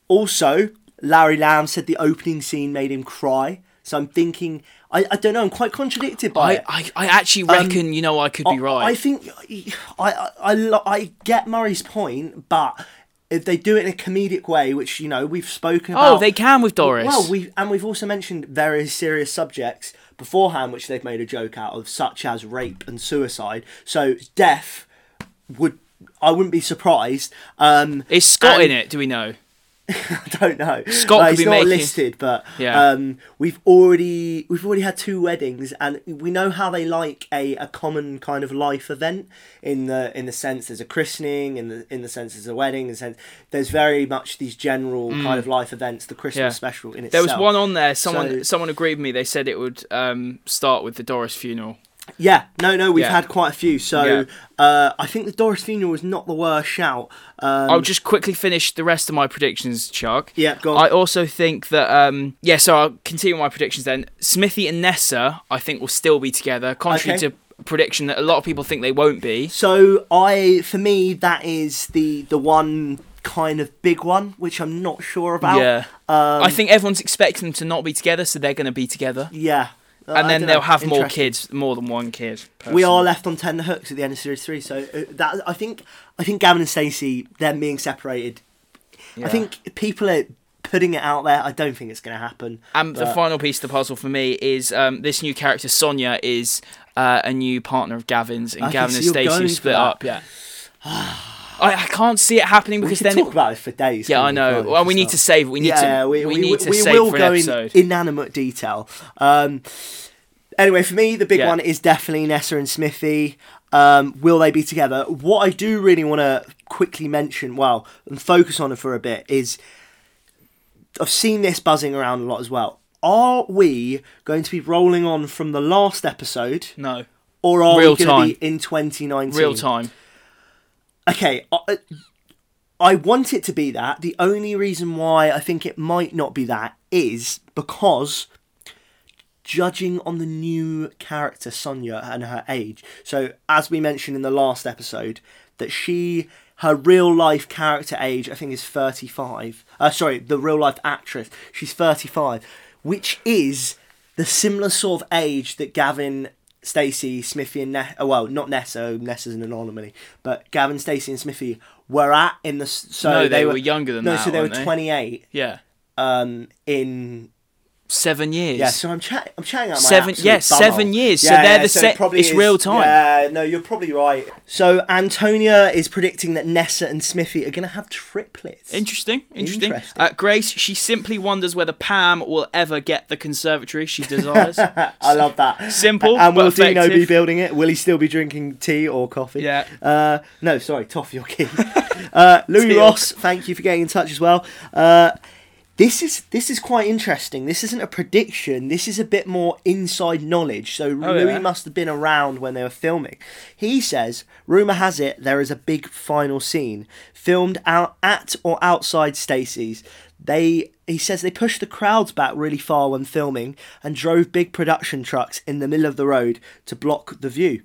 Speaker 1: also, Larry Lamb said the opening scene made him cry. So I'm thinking, I, I don't know, I'm quite contradicted by
Speaker 2: I,
Speaker 1: it.
Speaker 2: I, I actually reckon you know I could be right.
Speaker 1: um, I think I, I, I, lo- I get Murray's point, but if they do it in a comedic way, which you know we've spoken about,
Speaker 2: oh, they can with Doris.
Speaker 1: Well, we and we've also mentioned very serious subjects beforehand, which they've made a joke out of, such as rape and suicide. So death would I wouldn't be surprised. Um,
Speaker 2: Is Scott in
Speaker 1: and-
Speaker 2: it? Do we know?
Speaker 1: I don't know.
Speaker 2: Scott could
Speaker 1: it's
Speaker 2: be
Speaker 1: not
Speaker 2: making-
Speaker 1: listed, but
Speaker 2: Yeah.
Speaker 1: um, we've already we've already had two weddings, and we know how they like a, a common kind of life event in the in the sense there's a christening, in the in the sense there's a wedding, in the sense there's very much these general kind of life events. The Christmas
Speaker 2: Mm. Yeah.
Speaker 1: special in
Speaker 2: There
Speaker 1: itself.
Speaker 2: was one on there. Someone
Speaker 1: So-
Speaker 2: someone agreed with me. They said it would um, start with the Doris funeral.
Speaker 1: Yeah, no, no, we've
Speaker 2: Yeah.
Speaker 1: had quite a few. So
Speaker 2: Yeah.
Speaker 1: uh, I think the Doris funeral was not the worst shout. Um,
Speaker 2: I'll just quickly finish the rest of my predictions, Chuck.
Speaker 1: Yeah, go on.
Speaker 2: I also think that um yeah, so I'll continue my predictions then. Smithy and Nessa, I think, will still be together, contrary
Speaker 1: Okay.
Speaker 2: to a prediction that a lot of people think they won't be.
Speaker 1: So I, for me, that is the the one kind of big one, which I'm not sure about.
Speaker 2: Yeah. I think everyone's expecting them to not be together, so they're gonna be together.
Speaker 1: um, Yeah. Uh,
Speaker 2: and
Speaker 1: I
Speaker 2: then
Speaker 1: dunno.
Speaker 2: they'll have more
Speaker 1: Interesting.
Speaker 2: kids, more than one kid.
Speaker 1: We are
Speaker 2: person.
Speaker 1: left on tender hooks at the end of series three, so uh, that I think I think Gavin and Stacey them being separated. I
Speaker 2: Yeah.
Speaker 1: think people are putting it out there. I don't think it's going to happen.
Speaker 2: And the
Speaker 1: but-
Speaker 2: final piece of the puzzle for me is um, this new character Sonia is uh, a new partner of Gavin's, and
Speaker 1: I can
Speaker 2: Gavin
Speaker 1: see
Speaker 2: and
Speaker 1: you're
Speaker 2: Stacey
Speaker 1: going for
Speaker 2: split
Speaker 1: that.
Speaker 2: up. Yeah, I, I can't see it happening
Speaker 1: we
Speaker 2: because
Speaker 1: could
Speaker 2: then.
Speaker 1: talk
Speaker 2: it,
Speaker 1: about it for days.
Speaker 2: yeah,
Speaker 1: couldn't
Speaker 2: I know.
Speaker 1: Chloe,
Speaker 2: Well,
Speaker 1: for
Speaker 2: we need
Speaker 1: stuff?
Speaker 2: to save. We need
Speaker 1: yeah,
Speaker 2: to.
Speaker 1: we, we,
Speaker 2: need to
Speaker 1: we
Speaker 2: save
Speaker 1: will
Speaker 2: for
Speaker 1: go
Speaker 2: an
Speaker 1: in
Speaker 2: episode.
Speaker 1: inanimate detail. Um, anyway, for me, the big
Speaker 2: Yeah.
Speaker 1: one is definitely Nessa and Smithy. Um, will they be together? What I do really want to quickly mention, well, and focus on it for a bit, is I've seen this buzzing around a lot as well. Are we going to be rolling on from the last episode,
Speaker 2: no,
Speaker 1: or are
Speaker 2: Real
Speaker 1: we going
Speaker 2: time.
Speaker 1: to be in 2019?
Speaker 2: real time.
Speaker 1: okay I, I want it to be that the only reason why i think it might not be that is because judging on the new character sonia and her age so as we mentioned in the last episode that she her real life character age i think is 35 uh, sorry the real life actress she's 35 which is the similar sort of age that gavin Stacey, Smithy, and ne- oh, well, not Nessa. Nessa's an anomaly, but Gavin, Stacey, and Smithy were at in the s- so
Speaker 2: No, they were younger than
Speaker 1: no,
Speaker 2: that,
Speaker 1: so they were
Speaker 2: weren't they?
Speaker 1: twenty eight.
Speaker 2: Yeah,
Speaker 1: Um, in
Speaker 2: seven years.
Speaker 1: yeah, so I'm chatting. I'm chatting out my
Speaker 2: Seven-
Speaker 1: absolute
Speaker 2: yes,
Speaker 1: bumhole.
Speaker 2: seven years, so they're the
Speaker 1: it
Speaker 2: set-
Speaker 1: probably
Speaker 2: it's real time.
Speaker 1: Yeah, no, you're probably right. So Antonia is predicting that Nessa and Smithy are gonna have triplets.
Speaker 2: Interesting, interesting.
Speaker 1: Interesting.
Speaker 2: Uh, Grace, she simply wonders whether Pam will ever get the conservatory she desires.
Speaker 1: I love that.
Speaker 2: Simple,
Speaker 1: And will
Speaker 2: but
Speaker 1: Dino be
Speaker 2: effective.
Speaker 1: building it? Will he still be drinking tea or coffee?
Speaker 2: Yeah.
Speaker 1: Uh, no, sorry, toffee or tea. uh, Louis
Speaker 2: Tea or-
Speaker 1: Ross, thank you for getting in touch as well. Uh, this is this is quite interesting. This isn't a prediction. This is a bit more inside knowledge. So Louis
Speaker 2: yeah.
Speaker 1: must have been around when they were filming. He says, rumor has it there is a big final scene filmed out at or outside Stacey's. They he says they pushed the crowds back really far when filming and drove big production trucks in the middle of the road to block the view.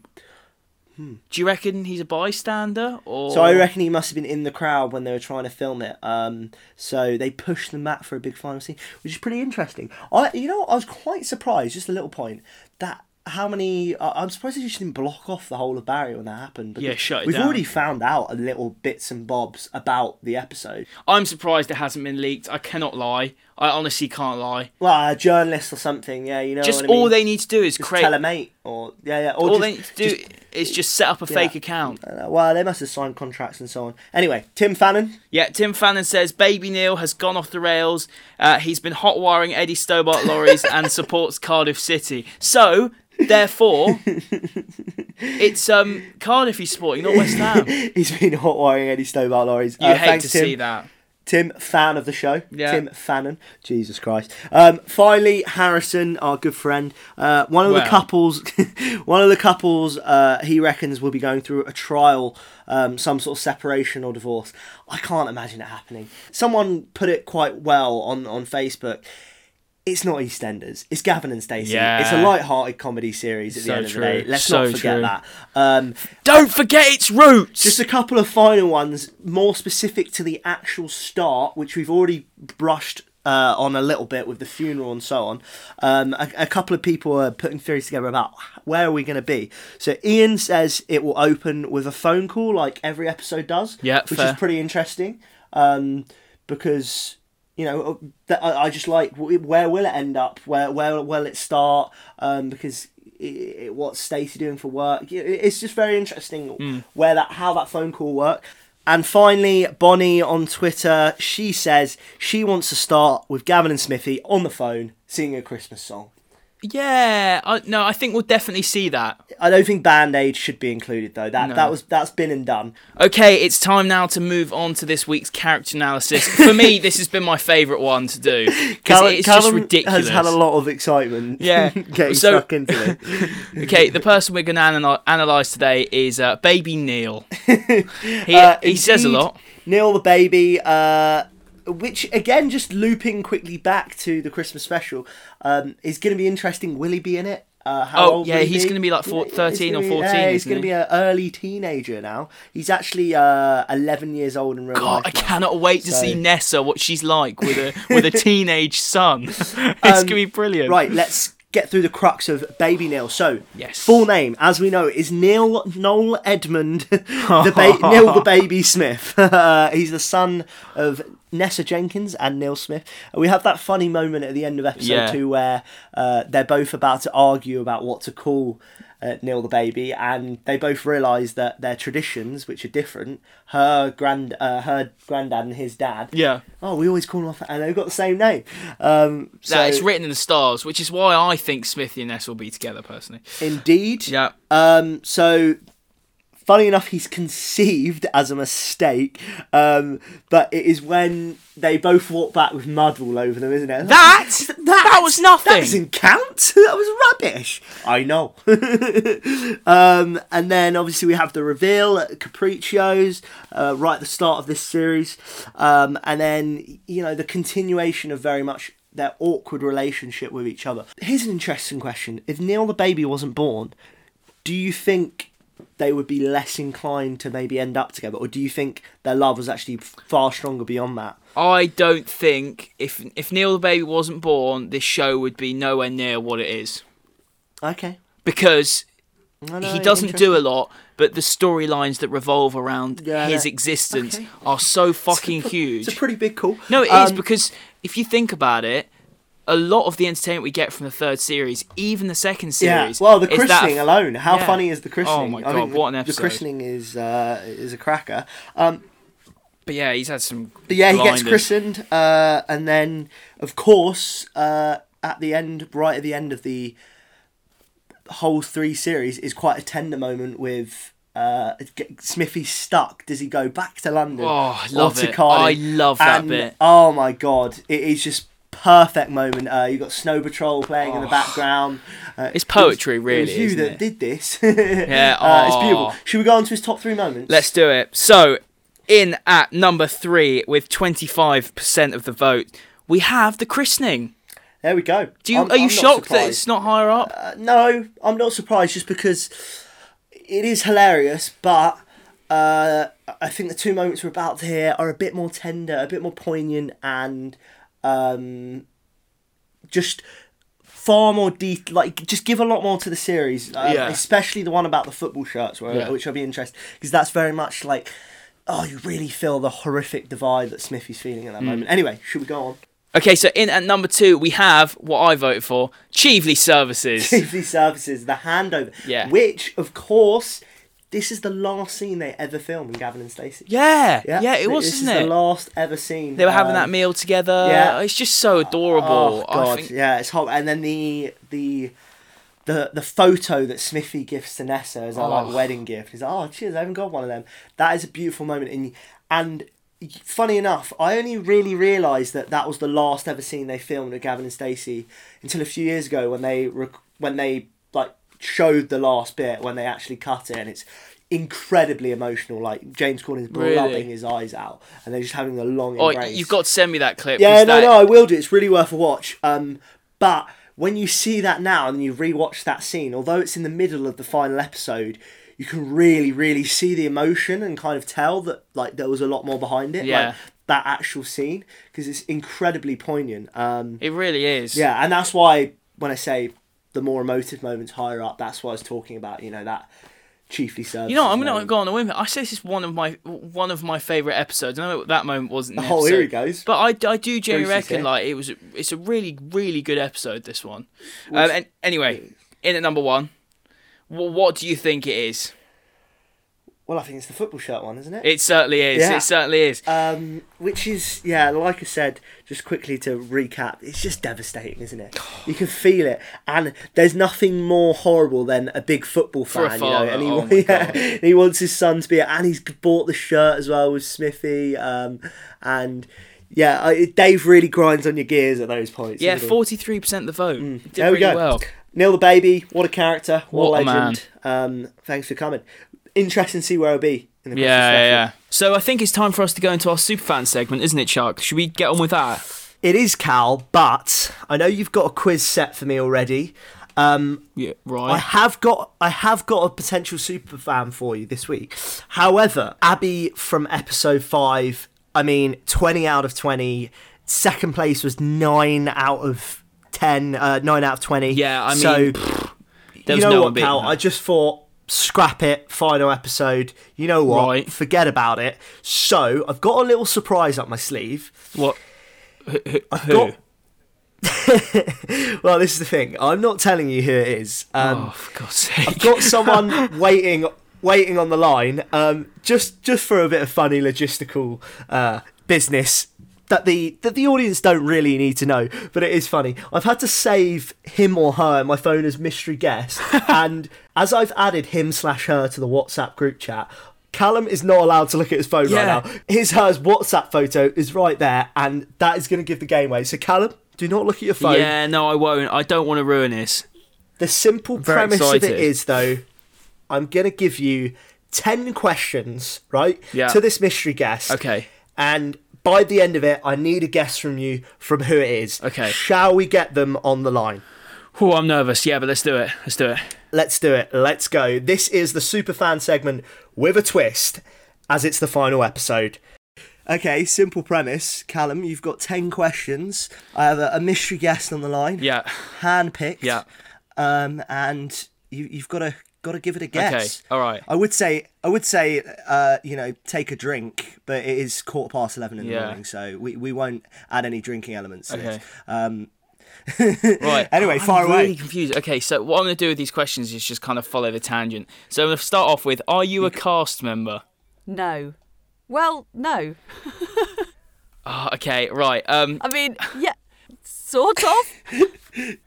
Speaker 2: Do you reckon he's a bystander or?
Speaker 1: So I reckon he must have been in the crowd when they were trying to film it. Um, so they pushed them back for a big final scene, which is pretty interesting. I, you know, I was quite surprised. Just a little point that how many? I I'm surprised they just didn't block off the whole of Barry when that happened. because
Speaker 2: Yeah, shut it
Speaker 1: We've
Speaker 2: down.
Speaker 1: already found out a little bits and bobs about the episode.
Speaker 2: I'm surprised it hasn't been leaked. I cannot lie. I honestly can't lie.
Speaker 1: Well, a journalist or something. Yeah, you know.
Speaker 2: Just
Speaker 1: what I mean?
Speaker 2: all they need to do is create.
Speaker 1: tell a mate or yeah, yeah. Or
Speaker 2: all they
Speaker 1: just,
Speaker 2: need to do is just set up a fake account.
Speaker 1: just- well, they must have signed contracts and so on. Anyway, Tim Fannin.
Speaker 2: Yeah, Tim Fannin says Baby Neil has gone off the rails. Uh, he's been hot wiring Eddie Stobart lorries and supports Cardiff City. So, therefore, it's um
Speaker 1: Uh,
Speaker 2: Cardiff he's supporting, not West Ham. You
Speaker 1: He's been hot wiring Eddie Stobart lorries. Uh, You
Speaker 2: hate to see that.
Speaker 1: Tim, fan of the show.
Speaker 2: Yeah.
Speaker 1: Tim Fannin. Jesus Christ. Um, finally, Harrison, our good friend. Uh, one of the
Speaker 2: Well.
Speaker 1: couples, one of the couples, uh, he reckons will be going through a trial, um, some sort of separation or divorce. I can't imagine it happening. Someone put it quite well on on Facebook. It's not EastEnders. It's Gavin and Stacey. It's a
Speaker 2: Yeah.
Speaker 1: light-hearted comedy series at
Speaker 2: So
Speaker 1: the end
Speaker 2: true.
Speaker 1: of the day. Let's
Speaker 2: So
Speaker 1: not forget
Speaker 2: true.
Speaker 1: that. Um,
Speaker 2: Don't forget its roots.
Speaker 1: just a couple of final ones, more specific to the actual start, which we've already brushed uh, on a little bit with the funeral and so on. Um, a, a couple of people are putting theories together about where are we going to be. So Ian says it will open with a phone call, like every episode does.
Speaker 2: Yeah,
Speaker 1: which
Speaker 2: fair.
Speaker 1: is pretty interesting um, because you know uh, that I, I just like w- where will it end up? Where where will it start? Um, because i i what's Stacey doing for work? Y- It's just very interesting
Speaker 2: Hmm.
Speaker 1: where that how that phone call worked. And finally, Bonnie on Twitter, she says she wants to start with Gavin and Smithy on the phone singing a Christmas song.
Speaker 2: yeah, I, no, I think we'll definitely see that.
Speaker 1: I don't think Band Aid should be included though. That that was that's been and done.
Speaker 2: Okay, it's time now to move on to this week's character analysis. For me, this has been my favourite one to do because
Speaker 1: Callum,
Speaker 2: it's just
Speaker 1: Callum has
Speaker 2: ridiculous.
Speaker 1: had a lot of excitement.
Speaker 2: Yeah.
Speaker 1: getting
Speaker 2: So-
Speaker 1: stuck into it.
Speaker 2: Okay, the person we're going to analy- analyse today is uh, Baby Neil. He,
Speaker 1: Uh,
Speaker 2: he says a
Speaker 1: indeed,
Speaker 2: lot.
Speaker 1: Neil the baby, uh, which again, just looping quickly back to the Christmas special, um, is going to be interesting. Will he be in it? Uh, how
Speaker 2: Oh,
Speaker 1: old
Speaker 2: yeah,
Speaker 1: will he
Speaker 2: he's
Speaker 1: be?
Speaker 2: gonna be like four-
Speaker 1: Yeah, he's
Speaker 2: 13
Speaker 1: gonna
Speaker 2: or
Speaker 1: be-
Speaker 2: 14,
Speaker 1: Yeah, he's
Speaker 2: isn't
Speaker 1: going to
Speaker 2: he?
Speaker 1: be an early teenager now. He's actually uh, eleven years old in real life.
Speaker 2: God, I
Speaker 1: now.
Speaker 2: cannot wait to see
Speaker 1: Oh, So-
Speaker 2: Nessa, what she's like with a with a teenage son. it's going to be brilliant.
Speaker 1: Um, Right, let's get through the crux of Baby Neil. So,
Speaker 2: Yes.
Speaker 1: full name, as we know, is Neil Noel Edmund, the ba- Neil the Baby Smith. Uh, he's the son of Nessa Jenkins and Neil Smith. And We have that funny moment at the end of episode
Speaker 2: Yeah.
Speaker 1: two where uh, they're both about to argue about what to call. Uh, Neil the baby, and they both realise that their traditions, which are different, her grand, uh, her granddad and his dad.
Speaker 2: Yeah.
Speaker 1: Oh, we always call them off, and they've got the same name. Um, so
Speaker 2: That it's written in the stars, which is why I think Smithy and Ness will be together personally.
Speaker 1: Indeed.
Speaker 2: Yeah.
Speaker 1: Um, so, funny enough, he's conceived as a mistake, um, but it is when they both walk back with mud all over them, isn't it?
Speaker 2: That that, was
Speaker 1: That
Speaker 2: nothing.
Speaker 1: doesn't count. That was rubbish. I know. um, and then obviously we have the reveal at Capriccios uh, right at the start of this series, um, and then you know the continuation of very much their awkward relationship with each other. Here's an interesting question: If Neil the baby wasn't born, do you think? They would be less inclined to maybe end up together, or do you think their love was actually far stronger beyond that?
Speaker 2: I don't think if if Neil the baby wasn't born, this show would be nowhere near what it is
Speaker 1: Okay,
Speaker 2: because
Speaker 1: I know,
Speaker 2: he doesn't do a lot, but the storylines that revolve around
Speaker 1: Yeah,
Speaker 2: his
Speaker 1: that-
Speaker 2: existence
Speaker 1: okay.
Speaker 2: are so fucking
Speaker 1: It's
Speaker 2: huge.
Speaker 1: a pretty big call.
Speaker 2: No, it is
Speaker 1: Um,
Speaker 2: because if you think about it, a lot of the entertainment we get from the third series, even the second series,
Speaker 1: Well, the
Speaker 2: is that-
Speaker 1: christening alone. How
Speaker 2: Yeah.
Speaker 1: funny is the christening?
Speaker 2: Oh my
Speaker 1: I
Speaker 2: god,
Speaker 1: mean, the-
Speaker 2: what an episode!
Speaker 1: The christening is uh, is a cracker. Um,
Speaker 2: But yeah, he's had some.
Speaker 1: but yeah, he gets
Speaker 2: blinders.
Speaker 1: christened, uh, and then of course uh, at the end, right at the end of the whole three series, is quite a tender moment with. Uh, get- Smithy stuck. Does he go back to London?
Speaker 2: Oh, I
Speaker 1: or
Speaker 2: love
Speaker 1: to
Speaker 2: it.
Speaker 1: Cardiff?
Speaker 2: I love that
Speaker 1: And,
Speaker 2: bit.
Speaker 1: Oh my god, it is just perfect moment. Uh, you got Snow Patrol playing in the background. Uh,
Speaker 2: Oh. It's poetry,
Speaker 1: it was
Speaker 2: really,
Speaker 1: you
Speaker 2: isn't
Speaker 1: that
Speaker 2: it?
Speaker 1: did this.
Speaker 2: Yeah,
Speaker 1: uh, it's
Speaker 2: aw.
Speaker 1: beautiful. Should we go on to his top three moments?
Speaker 2: Let's do it. So, in at number three with twenty five percent of the vote, we have the christening.
Speaker 1: There we go.
Speaker 2: Do you
Speaker 1: I'm-
Speaker 2: are you
Speaker 1: I'm not
Speaker 2: shocked that
Speaker 1: surprised.
Speaker 2: it's not higher up?
Speaker 1: Uh, no, I'm not surprised just because it is hilarious, but uh, I think the two moments we're about to hear are a bit more tender, a bit more poignant, and um, just far more de- like just give a lot more to the series, uh,
Speaker 2: Yeah.
Speaker 1: especially the one about the football shirts, where,
Speaker 2: Yeah.
Speaker 1: which I'll be interested because that's very much like. Oh, you really feel the horrific divide that Smithy's feeling at
Speaker 2: Mm.
Speaker 1: that moment. Anyway, should we go on?
Speaker 2: okay, so in at number two we have what I voted for, Cheevely Services.
Speaker 1: safety services, the handover.
Speaker 2: Yeah.
Speaker 1: Which, of course, this is the last scene they ever filmed in Gavin and Stacey.
Speaker 2: yeah, yeah, it
Speaker 1: th-
Speaker 2: was,
Speaker 1: this
Speaker 2: isn't
Speaker 1: is
Speaker 2: it?
Speaker 1: the last ever scene.
Speaker 2: They were having
Speaker 1: um,
Speaker 2: that meal together.
Speaker 1: yeah.
Speaker 2: It's just so adorable.
Speaker 1: Oh god,
Speaker 2: I think
Speaker 1: yeah, it's hot. And then the the the the photo that Smithy gives to Nessa as a
Speaker 2: Oh.
Speaker 1: like wedding gift. He's like, oh, cheers, I haven't got one of them. That is a beautiful moment, and and funny enough, I only really realised that that was the last ever scene they filmed of Gavin and Stacey until a few years ago when they rec- when they like showed the last bit when they actually cut it, and it's incredibly emotional. Like James Corden's
Speaker 2: Really?
Speaker 1: blabbing his eyes out, and they're just having a long
Speaker 2: Oh,
Speaker 1: embrace.
Speaker 2: you've got to send me that clip.
Speaker 1: Yeah,
Speaker 2: 'cause
Speaker 1: no,
Speaker 2: that-
Speaker 1: no, I will do. It's really worth a watch. Um, but when you see that now and you rewatch that scene, although it's in the middle of the final episode, you can really, really see the emotion and kind of tell that like there was a lot more behind it.
Speaker 2: Yeah.
Speaker 1: Like, that actual scene because it's incredibly poignant. Um,
Speaker 2: It really is.
Speaker 1: yeah, and that's why when I say the more emotive moments higher up, that's what I was talking about. You know that chiefly serves.
Speaker 2: You know, I'm gonna go on a whim. I say this is one of my one of my favorite episodes. I know that moment wasn't. An
Speaker 1: Oh, here he
Speaker 2: episode,
Speaker 1: goes.
Speaker 2: But I, I do
Speaker 1: Bruce
Speaker 2: genuinely
Speaker 1: is
Speaker 2: reckon
Speaker 1: here.
Speaker 2: like it was. It's a really really good episode. This one. Um, and anyway, in at number one, wh- what do you think it is?
Speaker 1: Well, I think it's the football shirt one, isn't it?
Speaker 2: It certainly is.
Speaker 1: Yeah.
Speaker 2: It certainly is.
Speaker 1: Um, which is yeah, like I said, just quickly to recap, it's just devastating, isn't it? You can feel it, and there's nothing more horrible than a big football
Speaker 2: For a
Speaker 1: fan, you know, and he,
Speaker 2: father, oh my
Speaker 1: yeah,
Speaker 2: God.
Speaker 1: and he wants his son to be, and he's bought the shirt as well with Smithy, um, and yeah, I, Dave really grinds on your gears at those points.
Speaker 2: yeah,
Speaker 1: doesn't he?
Speaker 2: forty three percent of the vote. He Did
Speaker 1: Mm. There we
Speaker 2: really
Speaker 1: go.
Speaker 2: well.
Speaker 1: Neil the baby, what a character, what,
Speaker 2: What
Speaker 1: a
Speaker 2: a
Speaker 1: legend. Um, thanks for coming. Interesting to see where I'll be in the
Speaker 2: Yeah,
Speaker 1: Christmas
Speaker 2: yeah,
Speaker 1: special.
Speaker 2: yeah. So I think it's time for us to go into our superfan segment, isn't it, Shark? Should we get on with that?
Speaker 1: It is Cal, but I know you've got a quiz set for me already.
Speaker 2: Yeah,
Speaker 1: I
Speaker 2: right.
Speaker 1: have got I have got a potential super fan for you this week. However, Abby from episode 5, I mean 20 out of 20, second place was 9 out of 10, uh, 9 out of 20.
Speaker 2: Yeah, I
Speaker 1: so
Speaker 2: mean, there
Speaker 1: you
Speaker 2: was
Speaker 1: know
Speaker 2: no one
Speaker 1: what,
Speaker 2: beating
Speaker 1: Cal?
Speaker 2: that.
Speaker 1: I just thought scrap it, final episode. You know what?
Speaker 2: Right.
Speaker 1: Forget about it. So, I've got a little surprise up my sleeve.
Speaker 2: what?
Speaker 1: I've got well, this is the thing. I'm not telling you who it is. Um,
Speaker 2: oh, for God's sake!
Speaker 1: got someone waiting waiting on the line um just just for a bit of funny logistical uh business that the that the audience don't really need to know but it is funny i've had to save him or her in my phone as mystery guest and as i've added him slash her to the whatsapp group chat Callum is not allowed to look at his phone
Speaker 2: Yeah.
Speaker 1: right now. His her's WhatsApp photo is right there, and that is going to give the game away. So Callum, do not look at your phone.
Speaker 2: Yeah, no, I won't. I don't want to ruin this.
Speaker 1: The simple
Speaker 2: very
Speaker 1: premise of
Speaker 2: excited.
Speaker 1: it is, though, I'm going to give you 10 questions, right?
Speaker 2: Yeah.
Speaker 1: To this mystery guest.
Speaker 2: Okay.
Speaker 1: And by the end of it, I need a guess from you from who it is.
Speaker 2: Okay.
Speaker 1: Shall we get them on the line?
Speaker 2: Oh, I'm nervous. Yeah, but let's do it. Let's do it.
Speaker 1: Let's do it. Let's go. This is the superfan segment with a twist, as it's the final episode. Okay, simple premise. Callum, you've got 10 questions. I have a, a mystery guest on the line.
Speaker 2: Yeah.
Speaker 1: Handpicked.
Speaker 2: Yeah.
Speaker 1: Um, and you, you've got to got to give it a guess.
Speaker 2: Okay, all right.
Speaker 1: I would say I would say uh, you know take a drink, but it is quarter past eleven in the
Speaker 2: Yeah.
Speaker 1: morning, so we, we won't add any drinking elements. To
Speaker 2: Okay.
Speaker 1: This. Um,
Speaker 2: Right.
Speaker 1: Anyway,
Speaker 2: I'm
Speaker 1: fire away.
Speaker 2: really confused. Okay, so what I'm going to do with these questions is just kind of follow the tangent. So I'm going to start off with Are you a cast member?
Speaker 4: No. Well, no.
Speaker 2: Oh, okay, right. Um,
Speaker 4: I mean, yeah, sort of.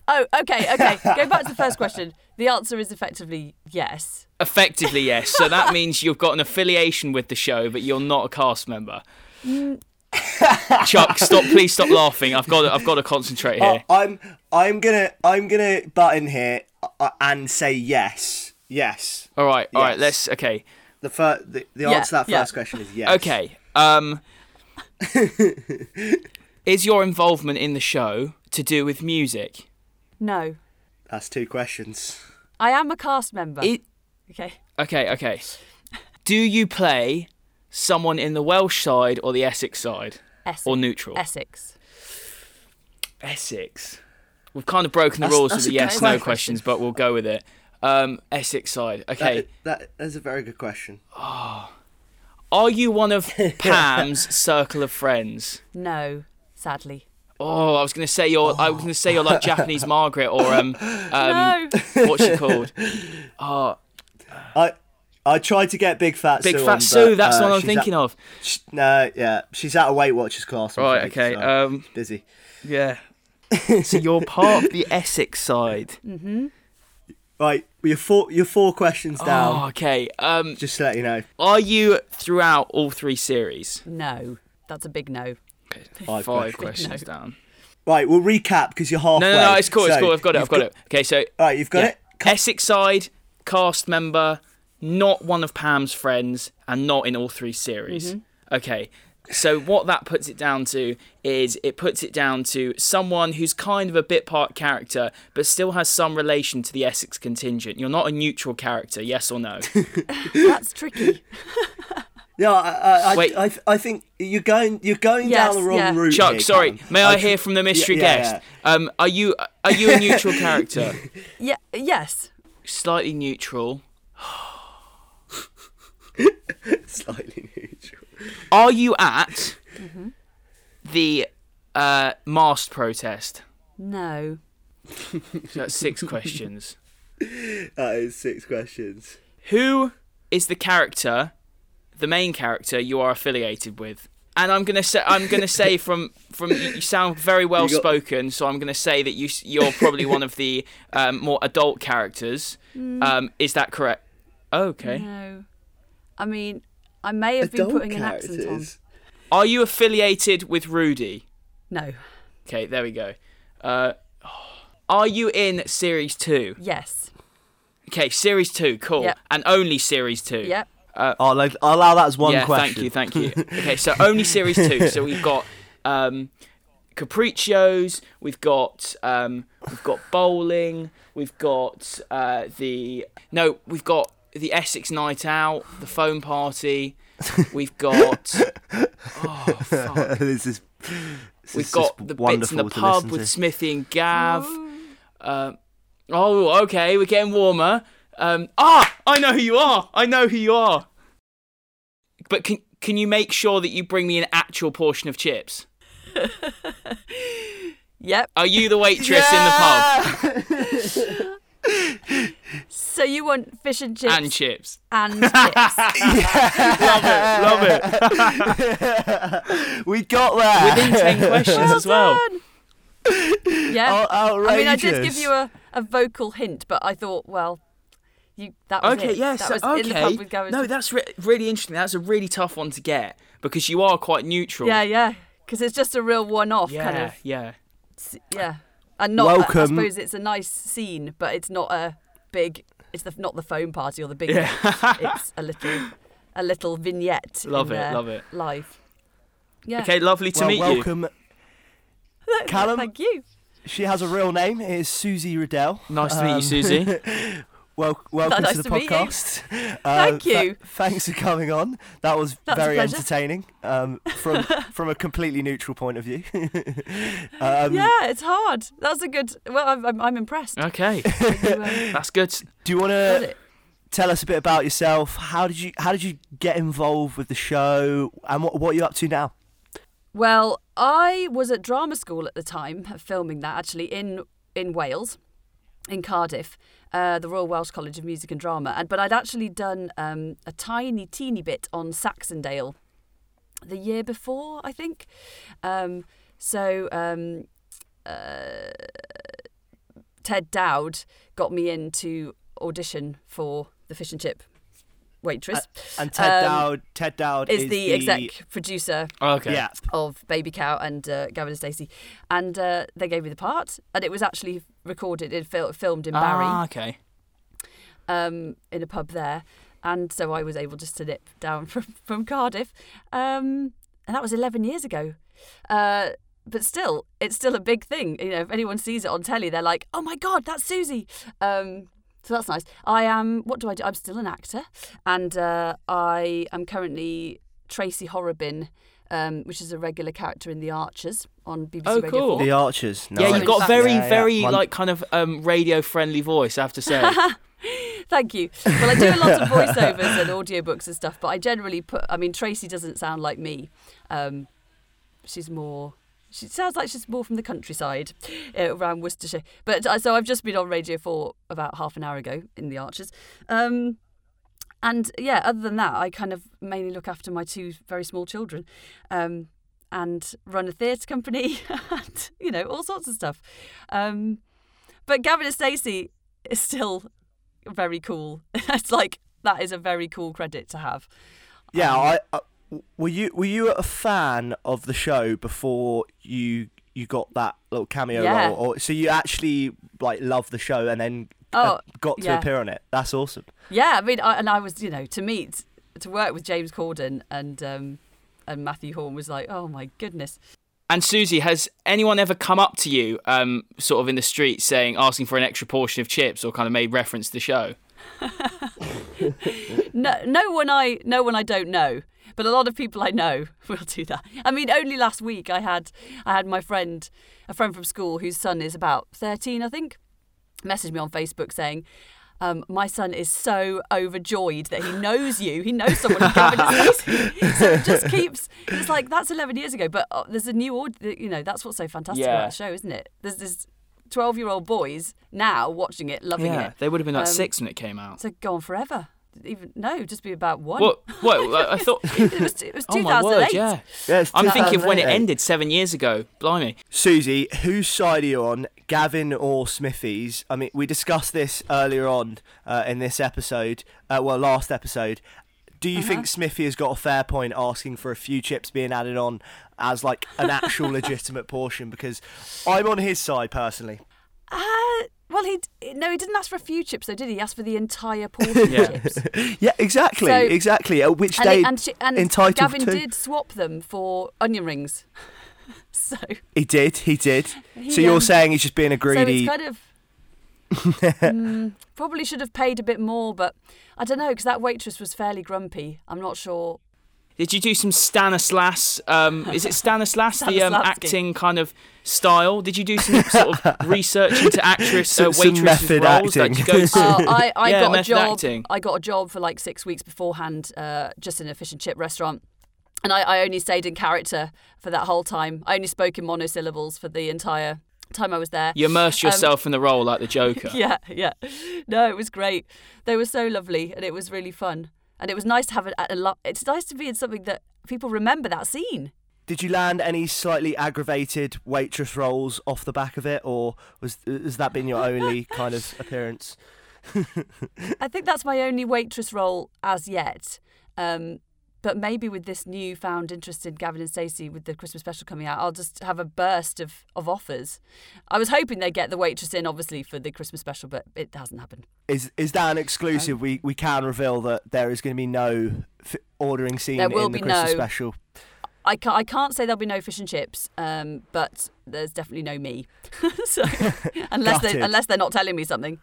Speaker 4: oh, okay, okay. Go back to the first question. The answer is effectively yes.
Speaker 2: effectively, yes. So that means you've got an affiliation with the show, but you're not a cast member. Mm. Chuck, stop! Please stop laughing. I've got. To, I've got to concentrate here.
Speaker 1: I'm I'm gonna I'm gonna butt in here uh, and say yes, yes.
Speaker 2: all right. all right,
Speaker 1: yes.
Speaker 2: Let's. Okay.
Speaker 1: The fir- the, the
Speaker 4: Yeah,
Speaker 1: answer to that
Speaker 4: yeah.
Speaker 1: first question is yes.
Speaker 2: Okay. Um, is your involvement in the show to do with music?
Speaker 4: No.
Speaker 1: that's two questions.
Speaker 4: I am a cast member.
Speaker 2: It,
Speaker 4: okay.
Speaker 2: okay, okay. Do you play someone in the Welsh side or the Essex side
Speaker 4: Essex.
Speaker 2: or neutral?
Speaker 4: Essex.
Speaker 2: Essex. We've kind of broken the
Speaker 1: That's-
Speaker 2: rules
Speaker 1: that's
Speaker 2: with the
Speaker 1: a good
Speaker 2: yes no
Speaker 1: question. Uh,
Speaker 2: questions, but we'll go with it. Um, Essex side.
Speaker 1: That-
Speaker 2: Okay.
Speaker 1: that that's a very good question.
Speaker 2: Are you one of Pam's circle of friends?
Speaker 4: No, sadly.
Speaker 2: Oh, I was gonna say you're. I was gonna say you're like Japanese Margaret or um, um
Speaker 4: no.
Speaker 2: what's she called?
Speaker 1: I I tried to get Big Fat
Speaker 2: Big
Speaker 1: Sue
Speaker 2: Fat
Speaker 1: on,
Speaker 2: Sue.
Speaker 1: but,
Speaker 2: That's
Speaker 1: uh,
Speaker 2: what I'm
Speaker 1: she's
Speaker 2: thinking
Speaker 1: at,
Speaker 2: of.
Speaker 1: sh- No, yeah, she's at a Weight Watchers class. I'm
Speaker 2: Right,
Speaker 1: afraid,
Speaker 2: okay,
Speaker 1: so
Speaker 2: um,
Speaker 1: busy.
Speaker 2: Yeah. so you're part of the Essex side. Mm-hmm.
Speaker 1: Right, well, you're four, you're four questions down.
Speaker 2: Oh, okay. Um,
Speaker 1: Just to let you know,
Speaker 2: are you throughout all three series?
Speaker 4: No, that's a big no.
Speaker 2: Okay,
Speaker 1: Five
Speaker 2: questions down.
Speaker 1: Right, we'll recap because you're halfway.
Speaker 2: No, no, no, it's cool, it's
Speaker 1: So,
Speaker 2: cool. I've got it,
Speaker 1: you've
Speaker 2: I've got, it. Okay, so
Speaker 1: All right, you've got
Speaker 2: yeah.
Speaker 1: it. Cut-
Speaker 2: Essex side cast member, not one of Pam's friends, and not in all three series.
Speaker 1: Mm-hmm.
Speaker 2: Okay. So what that puts it down to is it puts it down to someone who's kind of a bit part character but still has some relation to the Essex contingent. You're not a neutral character, yes or no?
Speaker 4: That's tricky.
Speaker 1: No, I, I,
Speaker 2: Wait.
Speaker 1: I, I, I think you're going, you're going
Speaker 4: Yes,
Speaker 1: down the wrong
Speaker 4: yeah.
Speaker 1: route.
Speaker 2: Chuck,
Speaker 1: here,
Speaker 2: sorry.
Speaker 1: Callum.
Speaker 2: May I,
Speaker 1: I-
Speaker 2: hear from the mystery
Speaker 1: yeah, yeah,
Speaker 2: guest? Um, are you are you a neutral character?
Speaker 4: Yeah. Yes.
Speaker 2: Slightly neutral.
Speaker 1: Slightly neutral.
Speaker 2: Are you at
Speaker 1: Mm-hmm.
Speaker 2: the uh, mast protest?
Speaker 4: No.
Speaker 2: So that's six questions.
Speaker 1: That is six questions.
Speaker 2: Who is the character, the main character you are affiliated with? And I'm gonna say I'm gonna say from from you you sound very well
Speaker 1: got-
Speaker 2: spoken, so I'm gonna say that you s- you're probably one of the um, more adult characters. Um, is that correct? Okay.
Speaker 4: No. I mean, I may have been
Speaker 1: Adult
Speaker 4: putting an accent on.
Speaker 1: characters.
Speaker 2: Are you affiliated with Rudy?
Speaker 4: No.
Speaker 2: Okay, there we go. Uh, are you in series two?
Speaker 4: Yes.
Speaker 2: Okay, series two, cool,
Speaker 4: Yep.
Speaker 2: and only series two.
Speaker 4: Yep.
Speaker 1: I'll, I'll allow that as one
Speaker 2: Uh, yeah,
Speaker 1: question.
Speaker 2: thank you, thank you. Okay, so only series two. So we've got um, Capriccios, we've got um, we've got bowling, we've got uh, the no, we've got the Essex night out, the phone party, we've got
Speaker 4: Oh,
Speaker 2: oh,
Speaker 1: this is. this
Speaker 2: we've
Speaker 1: is
Speaker 2: got
Speaker 1: just
Speaker 2: the bits in
Speaker 1: wonderful
Speaker 2: the
Speaker 1: to
Speaker 2: pub
Speaker 1: listen
Speaker 2: with
Speaker 1: to.
Speaker 2: Smithy and Gav. Uh, oh, okay, we're getting warmer. Um, ah, I know who you are. I know who you are. But can can you make sure that you bring me an actual portion of chips?
Speaker 4: Yep.
Speaker 2: Are you the waitress in the pub
Speaker 4: So you want fish and chips
Speaker 2: and chips?
Speaker 4: and chips.
Speaker 2: Love it.
Speaker 1: We got there.
Speaker 2: Within ten questions as well.
Speaker 4: Yeah.
Speaker 1: Out- outrageous.
Speaker 4: I mean, I did give you a, a vocal hint, but I thought, well, you that was
Speaker 2: Okay,
Speaker 4: it.
Speaker 2: yes,
Speaker 4: that was
Speaker 2: okay.
Speaker 4: in the pub with Gavin.
Speaker 2: no, that's re- really interesting. That's a really tough one to get because you are quite neutral.
Speaker 4: yeah, yeah, because it's just a real one-off
Speaker 2: yeah,
Speaker 4: kind of,
Speaker 2: yeah.
Speaker 4: s- yeah, and not. I
Speaker 1: Welcome.
Speaker 4: suppose it's a nice scene, but it's not a big. It's the, not the phone party or the big.
Speaker 2: Yeah.
Speaker 4: event. it's a little, a little vignette.
Speaker 2: Love
Speaker 4: in
Speaker 2: it,
Speaker 4: their
Speaker 2: love it.
Speaker 4: Live. Yeah.
Speaker 2: Okay, lovely to
Speaker 1: well,
Speaker 2: meet you.
Speaker 1: welcome. Callum,
Speaker 4: Thank you.
Speaker 1: she has a real name. It is Susie Riddell.
Speaker 2: Nice to meet you, Susie.
Speaker 1: Well, welcome
Speaker 4: nice
Speaker 1: to the
Speaker 4: to meet you.
Speaker 1: podcast. Uh,
Speaker 4: Thank
Speaker 1: tha-
Speaker 4: you.
Speaker 1: thanks for coming on. That was
Speaker 4: That's a
Speaker 1: very
Speaker 4: pleasure.
Speaker 1: entertaining um, from from a completely neutral point of view. um,
Speaker 4: Yeah, it's hard. That's a good. Well, I'm, I'm, I'm impressed.
Speaker 2: Okay,
Speaker 4: You, uh,
Speaker 2: that's good.
Speaker 1: Do you want
Speaker 4: got
Speaker 1: to
Speaker 4: it.
Speaker 1: tell us a bit about yourself? How did you How did you get involved with the show? And what what are you up to now?
Speaker 4: Well, I was at drama school at the time, filming that actually in in Wales, in Cardiff, uh, the Royal Welsh College of Music and Drama, and but I'd actually done um, a tiny, teeny bit on Saxondale the year before, I think. Um, so um, uh, Ted Dowd got me in to audition for the fish and chip waitress.
Speaker 1: And Ted
Speaker 4: Um,
Speaker 1: Dowd. Ted Dowd
Speaker 4: is, the exec producer
Speaker 2: Okay.
Speaker 1: Yeah.
Speaker 4: of Baby Cow and uh, Gavin and Stacey, and uh, they gave me the part, and it was actually recorded and fil- filmed in Barry,
Speaker 2: Ah, okay.
Speaker 4: um, in a pub there, and so I was able just to nip down from from Cardiff, um, and that was eleven years ago. Uh, but still, it's still a big thing. You know, if anyone sees it on telly, they're like, "Oh my god, that's Susie." Um, so that's nice. I am. What do I do? I'm still an actor, and uh, I am currently Tracy Horrobin, um, which is a regular character in The Archers on BBC
Speaker 2: Oh,
Speaker 4: Radio
Speaker 2: cool.
Speaker 4: 4.
Speaker 1: The Archers.
Speaker 2: Yeah,
Speaker 1: nice.
Speaker 2: you've got a
Speaker 4: Nice.
Speaker 2: very,
Speaker 1: Yeah, yeah.
Speaker 2: very
Speaker 1: One-
Speaker 2: like kind of um, radio-friendly voice. I have to say.
Speaker 4: Thank you. Well, I do a lot of voiceovers and audiobooks and stuff, but I generally put. I mean, Tracy doesn't sound like me. Um, she's more. She sounds like she's more from the countryside, uh, around Worcestershire. But uh, so I've just been on Radio Four about half an hour ago in the Archers, um, and yeah. Other than that, I kind of mainly look after my two very small children, um, and run a theatre company, and you know all sorts of stuff. Um, but Gavin and Stacey is still very cool. it's like that is a very cool credit to have.
Speaker 1: Yeah,
Speaker 2: Um,
Speaker 1: I, I were you were you a fan of the show before you you got that little cameo
Speaker 4: Yeah.
Speaker 1: role, or so you actually like love the show and then uh,
Speaker 4: Oh,
Speaker 1: got to
Speaker 4: yeah.
Speaker 1: appear on it? That's awesome.
Speaker 4: Yeah, I mean, I, and I was, you know, to meet, to work with James Corden and um, and Matthew Horn was like, oh my goodness.
Speaker 2: And Susie, has anyone ever come up to you, um, sort of in the street, saying, asking for an extra portion of chips, or kind of made reference to the show?
Speaker 4: No, no one I, no one I don't know, but a lot of people I know will do that. I mean, only last week I had, I had my friend, a friend from school whose son is about thirteen, I think, messaged me on Facebook saying. Um, my son is so overjoyed that he knows you. He knows someone who came in his face. So it just keeps. It's like that's 11 years ago, but uh, there's a new order. You know, that's what's so fantastic
Speaker 2: Yeah.
Speaker 4: about the show, isn't it? There's this 12 year old boys now watching it, loving it.
Speaker 2: they would have been like
Speaker 4: Um,
Speaker 2: six when it came out.
Speaker 4: So go on forever. Even no, just be about one.
Speaker 2: What? What? I I thought.
Speaker 4: It was, it was
Speaker 2: Oh my word!
Speaker 4: 2008.
Speaker 2: Yeah.
Speaker 1: Yeah, it's
Speaker 2: I'm thinking of when it
Speaker 1: 2008.
Speaker 2: ended seven years ago. Blimey.
Speaker 1: Susie, whose side are you on, Gavin or Smithies? I mean, we discussed this earlier on uh, in this episode, uh, well, last episode. Do you
Speaker 4: Uh-huh.
Speaker 1: think Smithy has got a fair point asking for a few chips being added on as like an actual legitimate portion? Because I'm on his side personally.
Speaker 4: Uh, well, he d- no, he didn't ask for a few chips though, did he? He asked for the entire portion
Speaker 2: Yeah.
Speaker 4: of chips.
Speaker 1: Yeah, exactly,
Speaker 4: So-
Speaker 1: exactly. At which
Speaker 4: And,
Speaker 1: they
Speaker 4: he- and, she, and
Speaker 1: entitled
Speaker 4: Gavin
Speaker 1: to.
Speaker 4: did swap them for onion rings. so,
Speaker 1: He did, he did. so
Speaker 4: He,
Speaker 1: you're
Speaker 4: um,
Speaker 1: saying he's just being a
Speaker 4: so
Speaker 1: greedy?
Speaker 4: it's kind of. Mm, probably should have paid a bit more, but I don't know because that waitress was fairly grumpy. I'm not sure.
Speaker 2: Did you do some Stanislas? Um, is it Stanislas, the um,
Speaker 4: Stanislavski.
Speaker 2: acting kind of style? Did you do some sort of research into actress, uh,
Speaker 1: Some- some
Speaker 2: waitresses'
Speaker 1: method
Speaker 2: roles? Like,
Speaker 1: acting.
Speaker 2: did you go to-
Speaker 4: Oh, I, I
Speaker 2: Yeah,
Speaker 4: got a
Speaker 2: method
Speaker 4: job.
Speaker 2: acting.
Speaker 4: I got a job for like six weeks beforehand, uh, just in a fish and chip restaurant. And I, I only stayed in character for that whole time. I only spoke in monosyllables for the entire time I was there.
Speaker 2: you immerse yourself in the role like the Joker.
Speaker 4: Um, Yeah, yeah. No, it was great. They were so lovely, and it was really fun. And it was nice to have a, a lot. It's nice to be in something that people remember that scene.
Speaker 1: Did you land any slightly aggravated waitress roles off the back of it, or was has that been your only kind of appearance?
Speaker 4: I think that's my only waitress role as yet. Um, but maybe with this newfound interest in Gavin and Stacey with the Christmas special coming out, I'll just have a burst of, of offers. I was hoping they'd get the waitress in, obviously, for the Christmas special, but it hasn't happened.
Speaker 1: Is is that an exclusive? We we can reveal that there is going to be no f- ordering scene
Speaker 4: There will
Speaker 1: in the
Speaker 4: be
Speaker 1: Christmas
Speaker 4: no-
Speaker 1: special.
Speaker 4: I can't, I can't say there'll be no fish and chips, um, but there's definitely no me. so, unless, they,
Speaker 1: Gutted.
Speaker 4: unless they're not telling me something.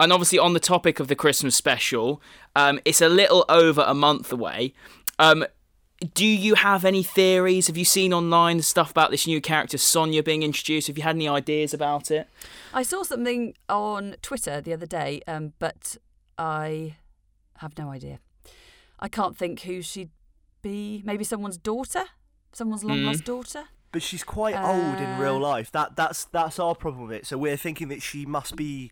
Speaker 2: and obviously on the topic of the Christmas special, um, it's a little over a month away. Um, do you have any theories? Have you seen online stuff about this new character Sonia being introduced? Have you had any ideas about it?
Speaker 4: I saw something on Twitter the other day, um, but I have no idea. I can't think who she'd be. Maybe someone's daughter,
Speaker 1: Hmm.
Speaker 4: someone's long lost daughter.
Speaker 1: But she's quite old in real
Speaker 4: Uh.
Speaker 1: life. That that's that's our problem with it. So we're thinking that she must be